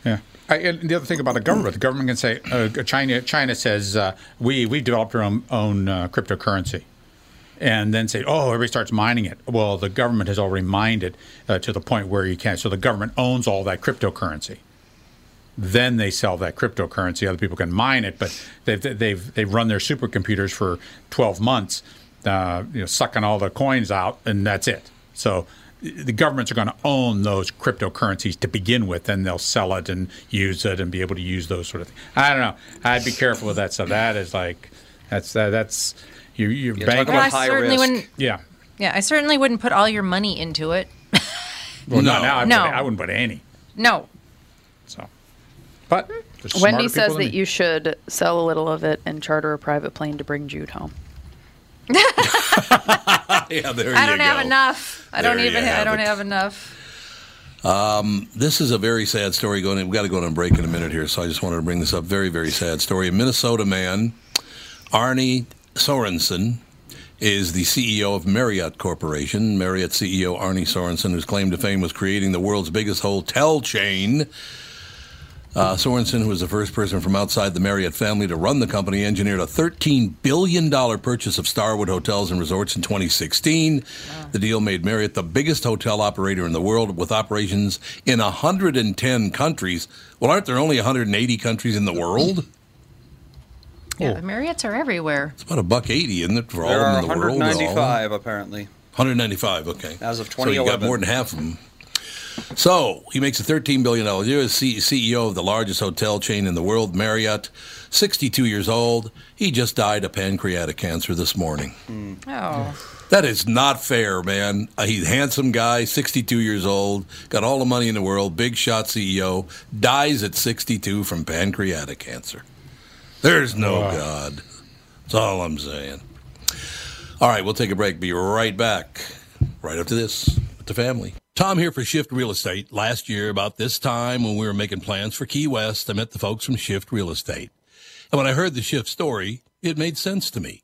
Speaker 3: Yeah. I, and the other thing about the government, the government can say uh, China. China says uh, we we developed our own, own uh, cryptocurrency, and then say, oh, everybody starts mining it. Well, the government has already mined it uh, to the point where you can. not So the government owns all that cryptocurrency. Then they sell that cryptocurrency. Other people can mine it, but they've they've they've run their supercomputers for twelve months, uh, you know, sucking all the coins out, and that's it. So the governments are going to own those cryptocurrencies to begin with, and they'll sell it and use it and be able to use those sort of things. I don't know. I'd be careful with that. So that is like, that's that, that's you you're
Speaker 5: Yeah, talk
Speaker 3: banking.
Speaker 5: about
Speaker 2: I
Speaker 5: high
Speaker 2: certainly
Speaker 5: risk.
Speaker 2: wouldn't.
Speaker 3: yeah.
Speaker 2: Yeah, I certainly wouldn't put all your money into it.
Speaker 3: Well, no,
Speaker 1: No.
Speaker 3: now I,
Speaker 2: No.
Speaker 3: I wouldn't put any.
Speaker 2: No,
Speaker 3: So, but there's smarter
Speaker 4: Wendy
Speaker 3: people
Speaker 4: says
Speaker 3: than
Speaker 4: that
Speaker 3: me.
Speaker 4: you should sell a little of it and charter a private plane to bring Jude home.
Speaker 1: yeah, there
Speaker 2: I
Speaker 1: you
Speaker 2: don't have
Speaker 1: go.
Speaker 2: enough. I
Speaker 1: There
Speaker 2: don't
Speaker 1: you
Speaker 2: even. I
Speaker 1: have
Speaker 2: don't
Speaker 1: it.
Speaker 2: have enough.
Speaker 1: This is a very sad story going. We've got to go on a break in a minute here, so I just wanted to bring this up. Very, very sad story. A Minnesota man, Arnie Sorensen, is the CEO of Marriott Corporation. Marriott CEO Arnie Sorensen, whose claim to fame was creating the world's biggest hotel chain. Uh, Sorensen, who was the first person from outside the Marriott family to run the company, engineered a $13 billion purchase of Starwood Hotels and Resorts in 2016. The deal made Marriott the biggest hotel operator in the world with operations in 110 countries. Well, aren't there only 180 countries in the world?
Speaker 2: Yeah, the Marriott's are everywhere.
Speaker 1: It's about a buck 80, isn't it, for all
Speaker 5: There
Speaker 1: of
Speaker 5: are
Speaker 1: them in the world? and all?
Speaker 5: 195 apparently.
Speaker 1: 195, okay.
Speaker 5: As of
Speaker 1: So you got
Speaker 5: 2011.
Speaker 1: more than half of them. So he makes a $13 billion year as C- CEO of the largest hotel chain in the world, Marriott. 62 years old. He just died of pancreatic cancer this morning.
Speaker 2: Oh,
Speaker 1: That is not fair, man. Uh, He's a handsome guy, 62 years old, got all the money in the world, big shot CEO, dies at 62 from pancreatic cancer. There's no God. That's all I'm saying. All right, we'll take a break. Be right back. Right after this with the family. Tom here for Shift Real Estate. Last year, about this time when we were making plans for Key West, I met the folks from Shift Real Estate. And when I heard the shift story, it made sense to me.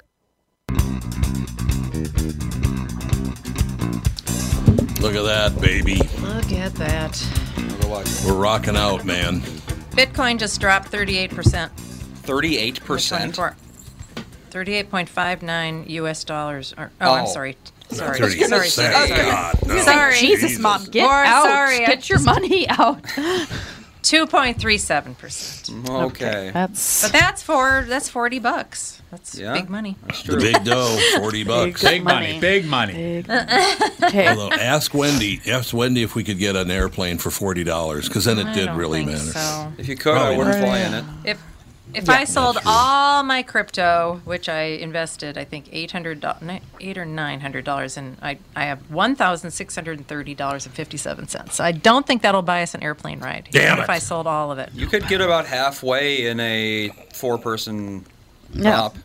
Speaker 1: Look at that, baby.
Speaker 2: look at that.
Speaker 5: Otherwise,
Speaker 1: We're rocking out, man.
Speaker 2: Bitcoin just dropped thirty-eight percent.
Speaker 5: 38 percent.
Speaker 2: Thirty-eight point five nine U.S. dollars. Or, oh, I'm
Speaker 5: Oh.
Speaker 2: sorry. Sorry.
Speaker 1: That's what
Speaker 2: Sorry.
Speaker 1: you
Speaker 2: Sorry.
Speaker 1: say.
Speaker 2: sorry.
Speaker 1: God, no.
Speaker 2: Sorry.
Speaker 4: Jesus, mom, get
Speaker 2: Or,
Speaker 4: out.
Speaker 2: sorry, I
Speaker 4: get your money out.
Speaker 2: 2.37%.
Speaker 5: Mm, Okay.
Speaker 4: That's
Speaker 2: But that's for that's 40 bucks. That's
Speaker 5: Yeah.
Speaker 2: big money.
Speaker 5: That's
Speaker 1: The
Speaker 5: true.
Speaker 1: big dough, forty bucks.
Speaker 3: Big money.
Speaker 4: money.
Speaker 3: Big money.
Speaker 4: big.
Speaker 1: Although, ask Wendy. Ask Wendy if we could get an airplane for forty dollars, because then it
Speaker 2: I
Speaker 1: did
Speaker 2: don't
Speaker 1: really
Speaker 2: think
Speaker 1: matter.
Speaker 2: So.
Speaker 5: If you could, I wouldn't fly in it.
Speaker 2: If if I sold all my crypto, which I invested, I think eight hundred eight or nine hundred dollars, and I I have one thousand six hundred and thirty dollars and fifty seven cents. So I don't think that'll buy us an airplane ride.
Speaker 1: Damn
Speaker 2: even If
Speaker 1: it.
Speaker 2: I sold all of it,
Speaker 5: You could get about halfway in a four-person prop.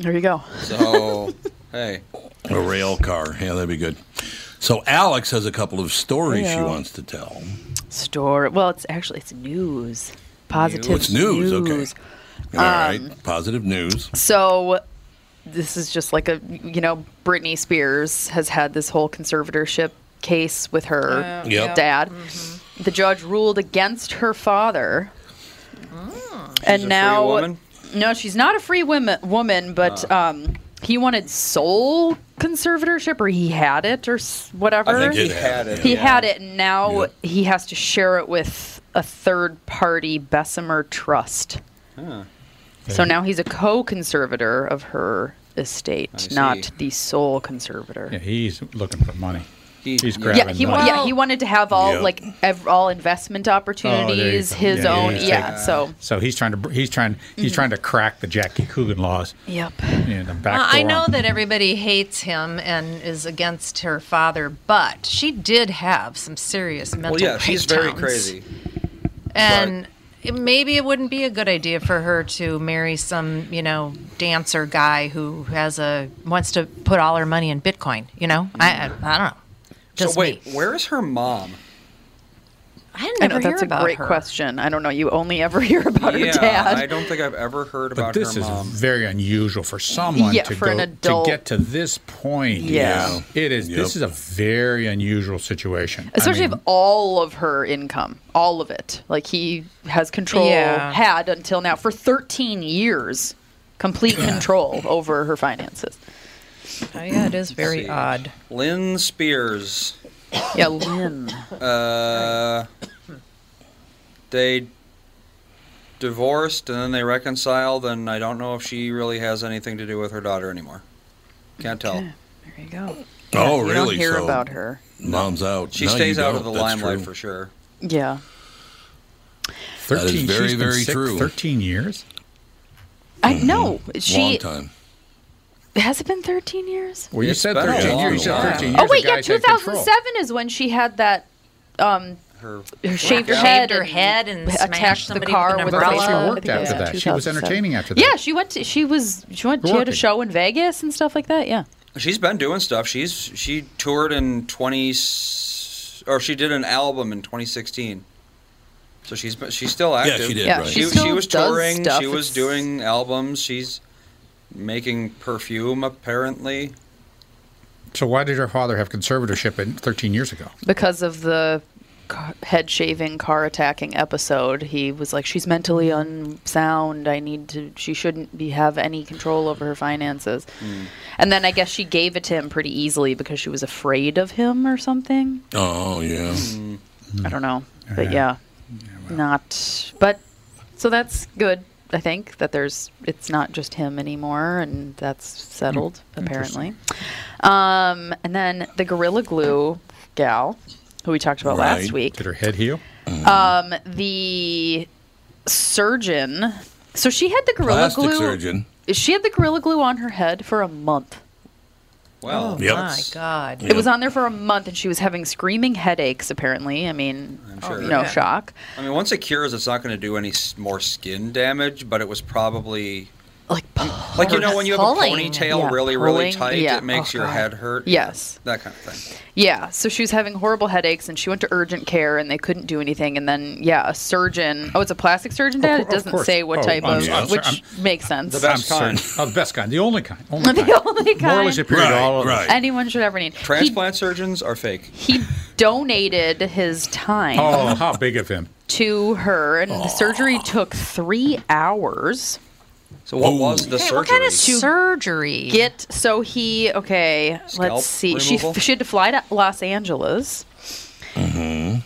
Speaker 4: There you go.
Speaker 5: So, hey,
Speaker 1: A rail car. Yeah, that'd be good. So Alex has a couple of stories she
Speaker 4: Yeah.
Speaker 1: wants to tell.
Speaker 4: Store. Well, it's actually it's news. Positive
Speaker 5: News.
Speaker 1: It's news, okay. All right. Positive news.
Speaker 4: So this is just like a you know Britney Spears has had this whole conservatorship case with her
Speaker 1: Yep.
Speaker 4: dad. The judge ruled against her father. and
Speaker 5: She's a free
Speaker 4: now
Speaker 5: woman? Ah.
Speaker 4: no, she's not a free woman, woman but um he wanted sole conservatorship or he had it or s- whatever.
Speaker 1: think
Speaker 5: he
Speaker 1: it
Speaker 5: had it.
Speaker 4: He
Speaker 5: yeah.
Speaker 4: had it, and now
Speaker 1: Yeah.
Speaker 4: he has to share it with a third party, Bessemer Trust. So now he's a co conservator of her estate,
Speaker 5: I
Speaker 4: not
Speaker 5: see.
Speaker 4: the sole conservator.
Speaker 3: Yeah, he's looking for money.
Speaker 5: He-
Speaker 3: He's
Speaker 5: yeah.
Speaker 3: grabbing
Speaker 4: Yeah, he wa-
Speaker 3: money. Oh,
Speaker 4: yeah, he wanted to have all
Speaker 1: Yeah.
Speaker 4: like ev- all
Speaker 5: Oh,
Speaker 4: investment opportunities,
Speaker 3: go.
Speaker 4: his
Speaker 3: Yeah,
Speaker 4: own.
Speaker 3: he's
Speaker 4: Yeah,
Speaker 3: taking-
Speaker 4: so Mm-hmm.
Speaker 3: So he's trying to br- he's trying he's trying to crack the Jackie Coogan laws.
Speaker 4: yep.
Speaker 3: And the back
Speaker 2: Uh, I
Speaker 3: door
Speaker 2: know
Speaker 3: on-
Speaker 2: that everybody hates him and is against her father, but she did have some serious mental.
Speaker 5: Well, yeah, she's very
Speaker 2: breakdowns.
Speaker 5: crazy.
Speaker 2: and it- maybe it wouldn't be a good idea for her to marry some you know dancer guy who has a wants to put all her money in bitcoin you know i i, I don't know just
Speaker 5: so wait,
Speaker 2: me.
Speaker 5: where's her mom?
Speaker 2: i didn't
Speaker 4: I know
Speaker 2: ever
Speaker 4: that's
Speaker 2: hear
Speaker 4: a
Speaker 2: about
Speaker 4: great
Speaker 2: her
Speaker 4: question. I don't know. You only ever hear about her
Speaker 5: yeah,
Speaker 4: dad.
Speaker 5: I don't think I've ever heard
Speaker 3: But
Speaker 5: about
Speaker 3: this
Speaker 5: her
Speaker 3: is
Speaker 5: mom.
Speaker 3: very unusual for someone
Speaker 4: Yeah,
Speaker 3: to
Speaker 4: for
Speaker 3: go
Speaker 4: an adult.
Speaker 3: to get to this point.
Speaker 4: Yeah.
Speaker 3: It is
Speaker 1: Yep.
Speaker 3: this is a very unusual situation. I
Speaker 4: Especially
Speaker 3: mean,
Speaker 4: if all of her income, all of it, like he has control,
Speaker 2: Yeah.
Speaker 4: had until now for 13 years, complete control over her finances.
Speaker 2: oh, yeah it is very
Speaker 5: see.
Speaker 2: odd
Speaker 5: Lynn Spears.
Speaker 4: Yeah, Lynn.
Speaker 5: Uh, they divorced and then they reconciled, and I don't know if she really has anything to do with her daughter anymore. Can't tell.
Speaker 4: There you go.
Speaker 1: Oh,
Speaker 4: You
Speaker 1: really?
Speaker 4: don't hear
Speaker 1: so
Speaker 4: about her.
Speaker 1: Mom's out.
Speaker 5: She
Speaker 1: No, you
Speaker 5: stays out of the
Speaker 1: don't. That's
Speaker 5: limelight
Speaker 1: true.
Speaker 5: for sure.
Speaker 4: Yeah.
Speaker 1: That is very,
Speaker 3: she's been
Speaker 1: very
Speaker 3: sick
Speaker 1: true.
Speaker 3: 13 years?
Speaker 4: I
Speaker 3: Mm-hmm.
Speaker 4: know.
Speaker 1: Long
Speaker 4: She
Speaker 1: time.
Speaker 4: has it been 13 years?
Speaker 3: Well, you
Speaker 5: It's
Speaker 3: said
Speaker 5: been a
Speaker 3: 13 years. You
Speaker 5: long
Speaker 3: said
Speaker 5: time.
Speaker 3: 13 years.
Speaker 4: Oh wait,
Speaker 3: the
Speaker 4: yeah,
Speaker 3: guy's had control.
Speaker 4: 2007 is when she had that um
Speaker 5: Her
Speaker 4: shaved her
Speaker 5: blackout.
Speaker 2: Shaved
Speaker 4: head,
Speaker 2: her head and smashed
Speaker 4: attacked the
Speaker 2: somebody
Speaker 4: car
Speaker 2: with an
Speaker 4: with,
Speaker 3: But I
Speaker 4: a
Speaker 3: thought
Speaker 2: umbrella.
Speaker 3: she
Speaker 2: Umbrella.
Speaker 3: worked after that. She was entertaining after that.
Speaker 4: Yeah, she went. To, she was. She went. She had a
Speaker 3: Working.
Speaker 4: show in Vegas and stuff like that. Yeah.
Speaker 5: She's been doing stuff. She's she toured in twenty, s- or she did an album in twenty sixteen. So she's been- she's still
Speaker 1: she
Speaker 5: active.
Speaker 1: did,
Speaker 4: Yeah,
Speaker 1: right.
Speaker 4: she
Speaker 5: She,
Speaker 4: still
Speaker 5: she was
Speaker 4: does
Speaker 5: touring.
Speaker 4: stuff.
Speaker 5: She was
Speaker 4: It's-
Speaker 5: doing albums. She's making perfume apparently.
Speaker 3: So why did her father have conservatorship in 13 years ago?
Speaker 4: because of the ca- head shaving car attacking episode he was like she's mentally unsound i need to she shouldn't be have any control over her finances and then i guess she gave it to him pretty easily because she was afraid of him or something
Speaker 1: Oh yeah.
Speaker 4: i don't know
Speaker 5: Oh,
Speaker 4: but yeah, not but so that's good i think that there's it's not just him anymore and that's settled
Speaker 5: Hmm,
Speaker 4: apparently um and then the gorilla glue gal who we talked about last
Speaker 1: Right.
Speaker 4: week
Speaker 3: Did her head heal?
Speaker 4: the surgeon. So she had the gorilla
Speaker 1: Plastic
Speaker 4: glue.
Speaker 1: surgeon.
Speaker 4: She had the gorilla glue on her head for a month. Oh,
Speaker 5: Well,
Speaker 1: Yep.
Speaker 2: my god
Speaker 4: It was on there for a month, and she was having screaming headaches. Apparently, I mean,
Speaker 5: sure.
Speaker 4: no
Speaker 2: Yeah.
Speaker 4: shock.
Speaker 5: I mean, once it cures, it's not going to do any s- more skin damage, but it was probably
Speaker 4: Like,
Speaker 5: like you know when you have a
Speaker 2: Pulling.
Speaker 5: ponytail
Speaker 4: Yeah,
Speaker 5: really really
Speaker 4: pulling.
Speaker 5: tight,
Speaker 4: Yeah.
Speaker 5: it makes
Speaker 4: Oh,
Speaker 5: your
Speaker 4: God.
Speaker 5: head hurt.
Speaker 4: Yes.
Speaker 5: that kind of thing.
Speaker 4: Yeah, so she was having horrible headaches and she went to urgent care and they couldn't do anything. And then, yeah, a surgeon. Oh, it's a plastic surgeon, Dad?
Speaker 3: cour- of
Speaker 4: It doesn't
Speaker 3: course.
Speaker 4: say what
Speaker 3: Oh,
Speaker 4: type
Speaker 3: I'm
Speaker 4: of,
Speaker 3: sorry, I'm sorry,
Speaker 4: which makes sense.
Speaker 5: The best
Speaker 3: I'm
Speaker 5: kind.
Speaker 3: certain- Oh, the best kind. The only kind. Only kind.
Speaker 4: The
Speaker 3: Moral
Speaker 4: only
Speaker 3: is
Speaker 4: kind.
Speaker 3: superior to
Speaker 1: Right,
Speaker 3: all others.
Speaker 1: right.
Speaker 4: Anyone should ever need. He,
Speaker 5: Transplant surgeons are fake.
Speaker 4: he donated his time.
Speaker 3: Oh, how big of him.
Speaker 4: to her, and the surgery took three hours.
Speaker 5: So what
Speaker 1: Ooh.
Speaker 5: was the
Speaker 2: Hey,
Speaker 5: surgery?
Speaker 2: what kind of surgery
Speaker 4: Get so he okay.
Speaker 5: Scalp
Speaker 4: let's see.
Speaker 5: removal?
Speaker 3: Mm-hmm.
Speaker 4: She she had to fly to Los Angeles. Um,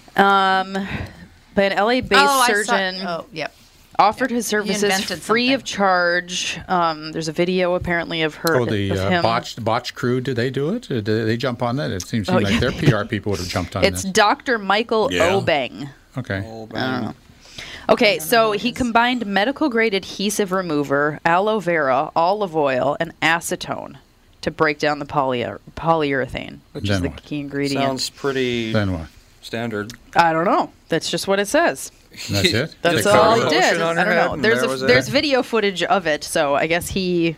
Speaker 4: But an LA based
Speaker 2: Oh, I saw-
Speaker 4: surgeon
Speaker 2: oh, yep.
Speaker 4: offered his services
Speaker 2: invented
Speaker 4: free of charge. Um, there's a video apparently of her.
Speaker 3: Oh, the
Speaker 4: of
Speaker 3: uh,
Speaker 4: him.
Speaker 3: botched botch crew. Did they do it? Uh, Did they jump on that? It seems
Speaker 4: Oh,
Speaker 3: like
Speaker 4: yeah.
Speaker 3: their PR people would have jumped on
Speaker 4: It's
Speaker 3: this.
Speaker 4: Dr. Michael
Speaker 3: Yeah.
Speaker 4: Obeng.
Speaker 3: Okay.
Speaker 4: I don't know. Okay, so he combined medical grade adhesive remover, aloe vera, olive oil, and acetone to break down the polyur- polyurethane, which is
Speaker 5: Then
Speaker 4: the
Speaker 5: what?
Speaker 4: key ingredient.
Speaker 5: Sounds pretty
Speaker 3: Then what?
Speaker 5: standard.
Speaker 4: I don't know. That's just what it says.
Speaker 3: That's it?
Speaker 4: That's
Speaker 5: Just
Speaker 4: all
Speaker 5: put
Speaker 4: he
Speaker 5: a
Speaker 4: did.
Speaker 5: lotion
Speaker 4: I
Speaker 5: on her
Speaker 4: don't
Speaker 5: head
Speaker 4: know.
Speaker 5: and
Speaker 4: There's
Speaker 5: there
Speaker 4: a,
Speaker 5: was it.
Speaker 4: there's video footage of it, so I guess he.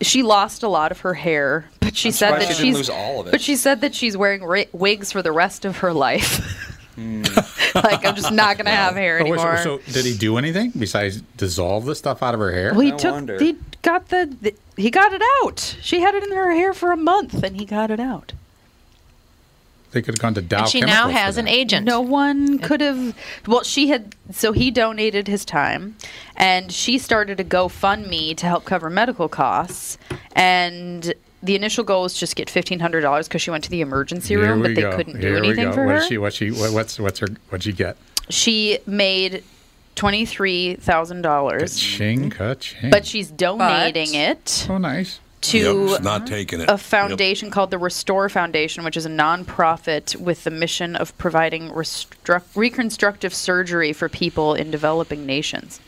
Speaker 4: She lost a lot of her hair, but she
Speaker 5: I'm
Speaker 4: said
Speaker 5: surprised
Speaker 4: that
Speaker 5: she
Speaker 4: she's.
Speaker 5: didn't lose all of it.
Speaker 4: But she said that she's wearing ri- wigs for the rest of her life.
Speaker 5: Hmm.
Speaker 4: like I'm just not gonna have hair
Speaker 3: Oh, wait, so-
Speaker 4: anymore.
Speaker 3: so, did he do anything besides dissolve the stuff out of her hair?
Speaker 4: Well, he took. He got the, the. He got it out. She had it in her hair for a month, and he got it out.
Speaker 3: they could have gone to Dow
Speaker 4: she
Speaker 3: Chemical.
Speaker 4: now
Speaker 3: for
Speaker 4: has
Speaker 3: that.
Speaker 4: an agent. No one could have. Well, she had. So he donated his time, and she started a GoFundMe to help cover medical costs. And the initial goal was just get fifteen hundred dollars because she went to the emergency
Speaker 3: Here
Speaker 4: room,
Speaker 3: we
Speaker 4: but they
Speaker 3: go.
Speaker 4: couldn't
Speaker 3: Here
Speaker 4: do
Speaker 3: we
Speaker 4: anything
Speaker 3: go.
Speaker 4: for
Speaker 3: What
Speaker 4: her.
Speaker 3: is she? What she? What, what's what's her? What'd she get?
Speaker 4: She made twenty three thousand dollars,
Speaker 3: Ching, ka-ching.
Speaker 4: but she's donating it.
Speaker 3: Oh, nice.
Speaker 4: To
Speaker 1: Yep, she's not taking it.
Speaker 4: a foundation called the Restore Foundation, which is a nonprofit with the mission of providing restruct- reconstructive surgery for people in developing nations.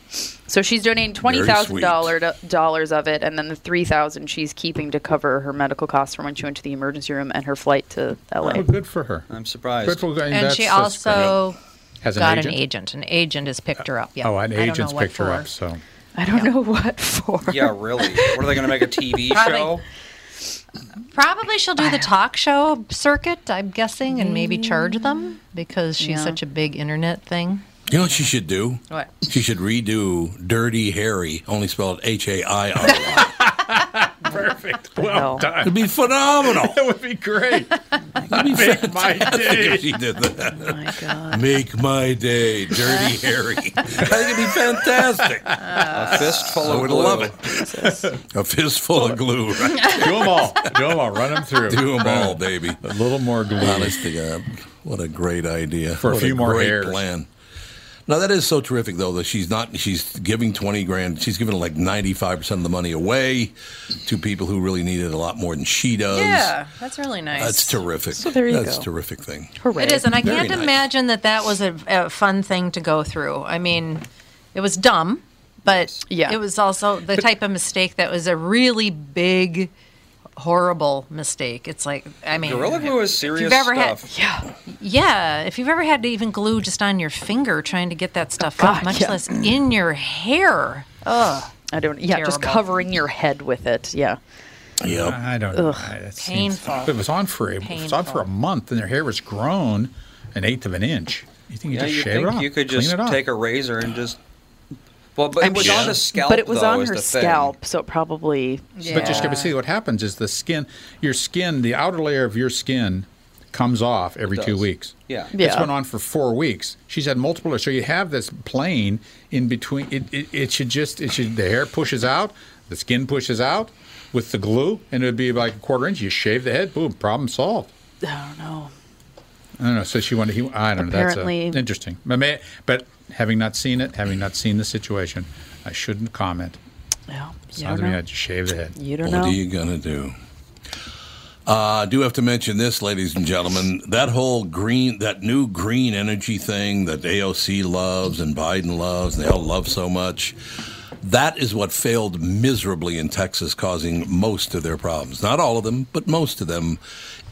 Speaker 4: So she's donating twenty
Speaker 9: Very
Speaker 4: thousand
Speaker 9: sweet.
Speaker 4: dollars of it, and then the three thousand she's keeping to cover her medical costs from when she went to the emergency room and her flight to L.A.
Speaker 3: Oh, good for her.
Speaker 5: I'm surprised.
Speaker 3: Good for going.
Speaker 2: and
Speaker 3: that's,
Speaker 2: she
Speaker 3: that's great.
Speaker 2: also
Speaker 3: Has an
Speaker 2: got
Speaker 3: agent?
Speaker 2: an agent. An agent has picked her up. Yeah.
Speaker 3: Oh, an
Speaker 2: I don't know
Speaker 3: agent's
Speaker 2: what
Speaker 3: picked her
Speaker 2: for.
Speaker 3: up. So
Speaker 4: I don't know what for.
Speaker 5: Yeah, really. What are they going to make a TV
Speaker 2: Probably-
Speaker 5: show?
Speaker 2: Probably she'll do the talk show circuit, I'm guessing, and maybe charge them because she's
Speaker 4: Yeah.
Speaker 2: such a big internet thing.
Speaker 1: You know what she should do?
Speaker 2: What?
Speaker 1: She should redo Dirty Harry, only spelled H A I R Y.
Speaker 3: perfect. Well done.
Speaker 1: It'd be phenomenal.
Speaker 3: that would be great.
Speaker 1: That'd be
Speaker 3: Make my
Speaker 1: fantastic
Speaker 3: day.
Speaker 1: if she did that. my God. Make my day, Dirty Harry. I think it'd be fantastic.
Speaker 5: a fistful
Speaker 1: I
Speaker 5: of
Speaker 1: would
Speaker 5: glue.
Speaker 1: love it. a fistful of glue. Right?
Speaker 3: Do them all. Do them all. Run them through.
Speaker 1: Do them all, baby.
Speaker 3: A little more glue.
Speaker 1: Honest to God, what a great idea.
Speaker 3: For a
Speaker 1: What
Speaker 3: few more
Speaker 1: great
Speaker 3: hairs.
Speaker 1: plan. Now that is so terrific, though that she's not. She's giving twenty grand. She's giving like ninety five percent of the money away to people who really need it a lot more than she does.
Speaker 2: Yeah, that's really nice.
Speaker 1: That's terrific.
Speaker 4: So there you
Speaker 1: That's
Speaker 4: go.
Speaker 1: terrific thing.
Speaker 4: Hooray.
Speaker 2: It is, and I
Speaker 1: Very
Speaker 2: can't
Speaker 1: nice.
Speaker 2: imagine that that was a, a fun thing to go through. I mean, it was dumb, but
Speaker 4: Yeah.
Speaker 2: it was also the type of mistake that was a really big, horrible mistake. It's like, I mean,
Speaker 5: Gorilla glue is
Speaker 2: if
Speaker 5: serious
Speaker 2: you've ever
Speaker 5: stuff.
Speaker 2: had, yeah, yeah, if you've ever had to even glue just on your finger trying to get that stuff
Speaker 4: God,
Speaker 2: up, much
Speaker 4: yeah.
Speaker 2: less in your hair. Ugh,
Speaker 4: I don't. Yeah, just
Speaker 2: Terrible.
Speaker 4: covering your head with it. Yeah.
Speaker 1: Yeah.
Speaker 3: I don't know. That seems-
Speaker 2: Painful.
Speaker 3: It was on for a, it was on for a
Speaker 2: Painful.
Speaker 3: month, and their hair was grown an eighth of an inch. You think you
Speaker 5: Yeah,
Speaker 3: just
Speaker 5: you
Speaker 3: shave it
Speaker 5: think
Speaker 3: off?
Speaker 5: you could
Speaker 3: clean
Speaker 5: just
Speaker 3: it off.
Speaker 5: take a razor and just. Well, but it was on the scalp.
Speaker 4: but it was
Speaker 5: though,
Speaker 4: on
Speaker 5: is
Speaker 4: her
Speaker 5: the thing.
Speaker 4: scalp, so it probably.
Speaker 3: But just gonna see what happens is the skin, your skin, the outer layer of your skin comes off every two
Speaker 5: does.
Speaker 3: weeks.
Speaker 5: Yeah.
Speaker 3: This
Speaker 4: Yeah.
Speaker 3: went on for four weeks. She's had multiple layers. So you have this plane in between. It, it, it should just, it should, the hair pushes out, the skin pushes out with the glue, and it would be like a quarter inch. You shave the head, boom, problem solved.
Speaker 4: I don't know.
Speaker 3: I don't know. So she wanted. He, I don't know.
Speaker 4: Apparently-
Speaker 3: That's uh interesting. But, may, but having not seen it, having not seen the situation, I shouldn't comment.
Speaker 4: Yeah. You
Speaker 3: Sounds
Speaker 4: don't
Speaker 3: to me
Speaker 4: know.
Speaker 3: I just shave the head.
Speaker 4: You don't
Speaker 1: What
Speaker 4: know.
Speaker 1: are you gonna do? Uh, I do have to mention this, ladies and gentlemen. That whole green, that new green energy thing that AOC loves and Biden loves, and they all love so much. That is what failed miserably in Texas, causing most of their problems. Not all of them, but most of them.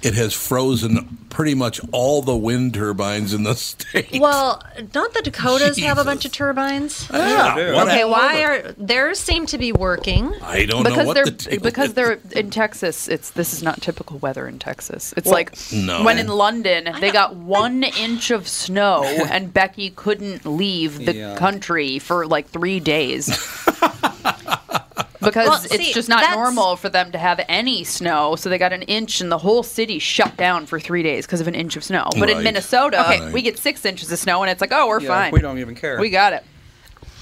Speaker 1: It has frozen pretty much all the wind turbines in the state.
Speaker 2: Well, don't the Dakotas have a bunch
Speaker 1: Jesus.
Speaker 2: of turbines?
Speaker 1: Yeah,
Speaker 5: Sure do.
Speaker 1: what
Speaker 2: Okay,
Speaker 1: happened?
Speaker 2: why are theirs seem to be working?
Speaker 1: I don't know
Speaker 4: because
Speaker 1: Oh, what
Speaker 4: they're
Speaker 1: the deal
Speaker 4: because
Speaker 1: is.
Speaker 4: they're in Texas. It's this is not typical weather in Texas. It's like
Speaker 1: no.
Speaker 4: when in London they got one inch of snow and Becky couldn't leave the
Speaker 5: Yeah.
Speaker 4: country for like three days because
Speaker 2: Well,
Speaker 4: it's
Speaker 2: see,
Speaker 4: just not
Speaker 2: that's-
Speaker 4: normal for them to have any snow. So they got an inch and the whole city shut down for three days because of an inch of snow. But in
Speaker 1: Right.
Speaker 4: Minnesota,
Speaker 1: Okay.
Speaker 4: we get six inches of snow and it's like oh we're
Speaker 5: Yeah,
Speaker 4: fine.
Speaker 5: We don't even care.
Speaker 4: We got it.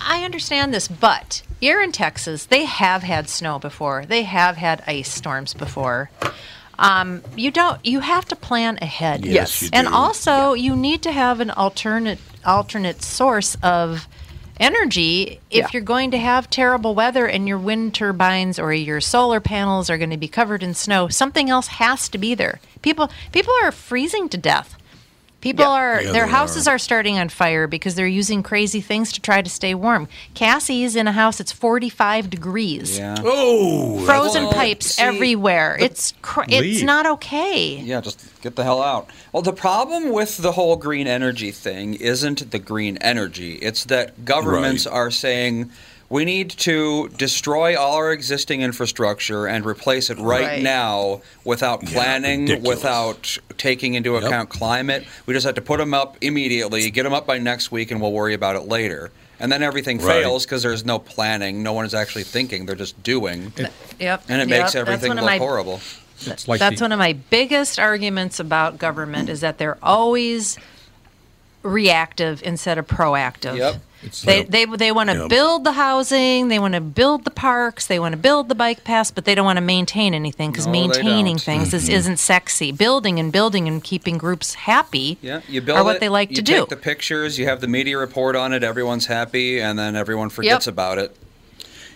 Speaker 2: I understand this, but here in Texas, they have had snow before. They have had ice storms before. Um, you don't. You have to plan ahead.
Speaker 4: Yes, Yes. you
Speaker 2: and
Speaker 4: do.
Speaker 2: also you need to have an alternate alternate source of energy if
Speaker 4: Yeah.
Speaker 2: you're going to have terrible weather and your wind turbines or your solar panels are going to be covered in snow. Something else has to be there. People people are freezing to death. People are
Speaker 9: Yeah,
Speaker 2: their
Speaker 9: they
Speaker 2: houses are. starting on fire because they're using crazy things to try to stay warm. Cassie's in a house that's 45 degrees.
Speaker 5: Yeah.
Speaker 1: Oh,
Speaker 2: frozen
Speaker 5: Well,
Speaker 2: pipes
Speaker 5: see,
Speaker 2: everywhere.
Speaker 5: the-
Speaker 2: It's cr- it's
Speaker 5: Leave.
Speaker 2: not okay.
Speaker 5: Yeah, just get the hell out. Well, the problem with the whole green energy thing isn't the green energy, it's that governments are saying we need to destroy all our existing infrastructure and replace it right,
Speaker 10: Right.
Speaker 5: now without planning,
Speaker 10: ridiculous.
Speaker 5: without taking into account climate. We just have to put them up immediately, get them up by next week, and we'll worry about it later. And then everything
Speaker 2: Right.
Speaker 5: fails because there's no planning. No one is actually thinking. They're just doing.
Speaker 2: Yep.
Speaker 5: And
Speaker 2: yep.
Speaker 5: it makes everything
Speaker 2: that's one
Speaker 5: look
Speaker 2: of my,
Speaker 5: horrible.
Speaker 3: It's like
Speaker 2: that's
Speaker 3: the-
Speaker 2: one of my biggest arguments about government is that they're always reactive instead of proactive.
Speaker 9: Yep.
Speaker 2: They, they, they want to
Speaker 9: Yep.
Speaker 2: build the housing, they want to build the parks, they want to build the bike paths, but they don't want to maintain anything because
Speaker 5: No, they
Speaker 2: maintaining
Speaker 5: don't.
Speaker 2: things is,
Speaker 3: Mm-hmm.
Speaker 5: Mhm.
Speaker 2: isn't sexy. Building and building and keeping groups happy
Speaker 5: Yeah, you build
Speaker 2: are what
Speaker 5: it,
Speaker 2: they like
Speaker 5: you
Speaker 2: to
Speaker 5: take
Speaker 2: do.
Speaker 5: the pictures, you have the media report on it, everyone's happy, and then everyone forgets about it.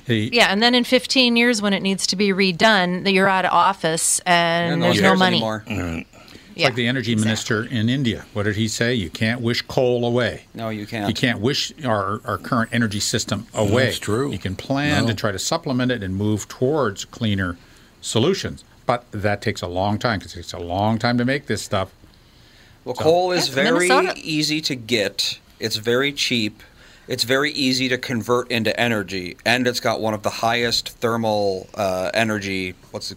Speaker 2: Yeah, and then in 15 years, when it needs to be redone, you're out of office and, there's no money.
Speaker 3: Mm. It's
Speaker 2: Yeah,
Speaker 3: like the energy minister in India. What did he say? You can't wish coal away.
Speaker 5: No, you can't.
Speaker 3: You can't wish our, our current energy system away.
Speaker 1: That's
Speaker 3: true. You can plan to try to supplement it and move towards cleaner solutions. But that takes a long time because it takes a long time to make this stuff.
Speaker 5: Well,
Speaker 3: So-
Speaker 5: coal is
Speaker 3: Yeah,
Speaker 5: very
Speaker 3: Minnesota.
Speaker 5: easy to get. It's very cheap. It's very easy to convert into energy, and it's got one of the highest thermal uh, energy. What's it?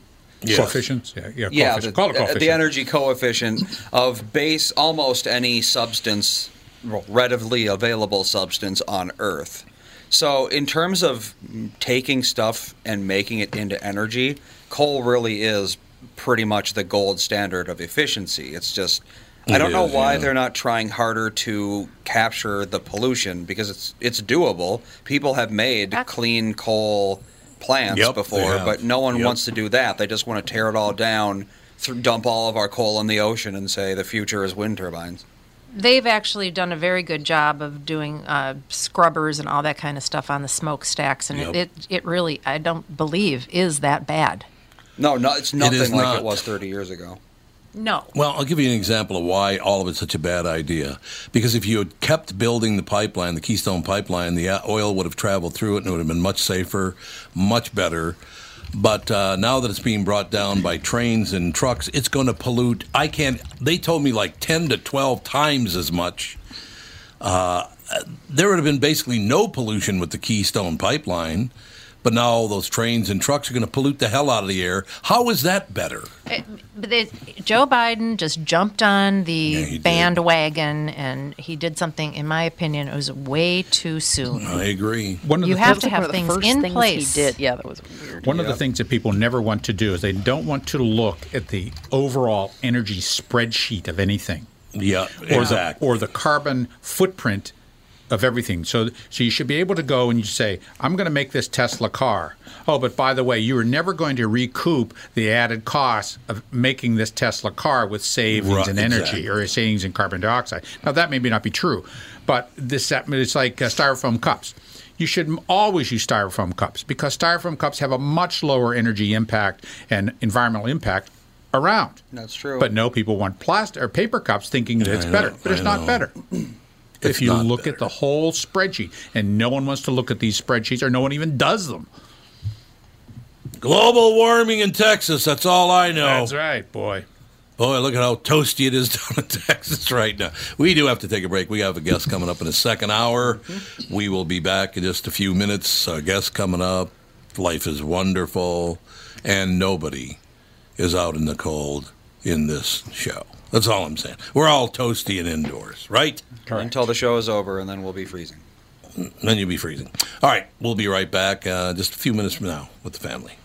Speaker 3: Coefficients? Yeah, yeah,
Speaker 5: Yeah, the,
Speaker 3: coefficient. Call it
Speaker 5: uh, the
Speaker 3: coefficient.
Speaker 5: energy coefficient of base almost any substance, well, readily available substance on Earth. So, in terms of mm, taking stuff and making it into energy, coal really is pretty much the gold standard of efficiency. It's just, I
Speaker 10: It
Speaker 5: don't know
Speaker 10: is,
Speaker 5: why
Speaker 10: yeah.
Speaker 5: they're not trying harder to capture the pollution because it's it's doable. People have made clean coal plants
Speaker 1: Yep, they
Speaker 5: before,
Speaker 1: have.
Speaker 5: but no one
Speaker 1: Yep.
Speaker 5: wants to do that. They just want to tear it all down, th- dump all of our coal in the ocean, and say the future is wind turbines.
Speaker 2: they've actually done a very good job of doing uh, scrubbers and all that kind of stuff on the smokestacks, and
Speaker 5: Yep.
Speaker 2: it, it it really I don't believe is that bad.
Speaker 5: No, no, it's
Speaker 1: It
Speaker 5: nothing
Speaker 1: is
Speaker 5: like
Speaker 1: not.
Speaker 5: it was 30 years ago.
Speaker 2: No.
Speaker 1: Well, I'll give you an example of why all of it's such a bad idea. Because if you had kept building the pipeline, the Keystone pipeline, the oil would have traveled through it and it would have been much safer, much better. But uh, now that it's being brought down by trains and trucks, it's going to pollute. I can't. They told me like 10 to 12 times as much. Uh, there would have been basically no pollution with the Keystone pipeline. But now all those trains and trucks are going to pollute the hell out of the air. How is that better?
Speaker 2: It, but they, Joe Biden just jumped on the bandwagon, and he did something. In my opinion, it was way too soon.
Speaker 1: I agree.
Speaker 2: you have to have things in place.
Speaker 4: Yeah, that was
Speaker 3: One of the things that people never want to do is they don't want to look at the overall energy spreadsheet of anything.
Speaker 1: Yeah,
Speaker 3: or
Speaker 1: exact.
Speaker 3: The, or the carbon footprint of everything. So, so you should be able to go and you say, "I'm going to make this Tesla car." Oh, but by the way, you are never going to recoup the added cost of making this Tesla car with savings
Speaker 1: Right,
Speaker 3: in energy
Speaker 1: exactly.
Speaker 3: or savings in carbon dioxide. Now, that may be not be true, but this that- it's like uh, styrofoam cups. You should m- always use styrofoam cups because styrofoam cups have a much lower energy impact and environmental impact around.
Speaker 5: That's true.
Speaker 3: But no, people want plastic or paper cups thinking that it's
Speaker 1: I
Speaker 3: better,
Speaker 1: know,
Speaker 3: but it's
Speaker 1: I
Speaker 3: not
Speaker 1: know.
Speaker 3: better. if you look at the whole spreadsheet, and no one wants to look at these spreadsheets, or no one even does them.
Speaker 1: Global warming in Texas. That's all I know.
Speaker 3: That's right, boy.
Speaker 1: Boy, look at how toasty it is down in Texas right now. We do have to take a break. We have a guest coming up in a second hour. We will be back in just a few minutes. A guest coming up. Life is wonderful. And nobody is out in the cold in this show. That's all I'm saying. We're all toasty and indoors, right?
Speaker 5: Until the show is over, and then we'll be freezing.
Speaker 1: Then you'll be freezing. All right. We'll be right back uh, just a few minutes from now with the family.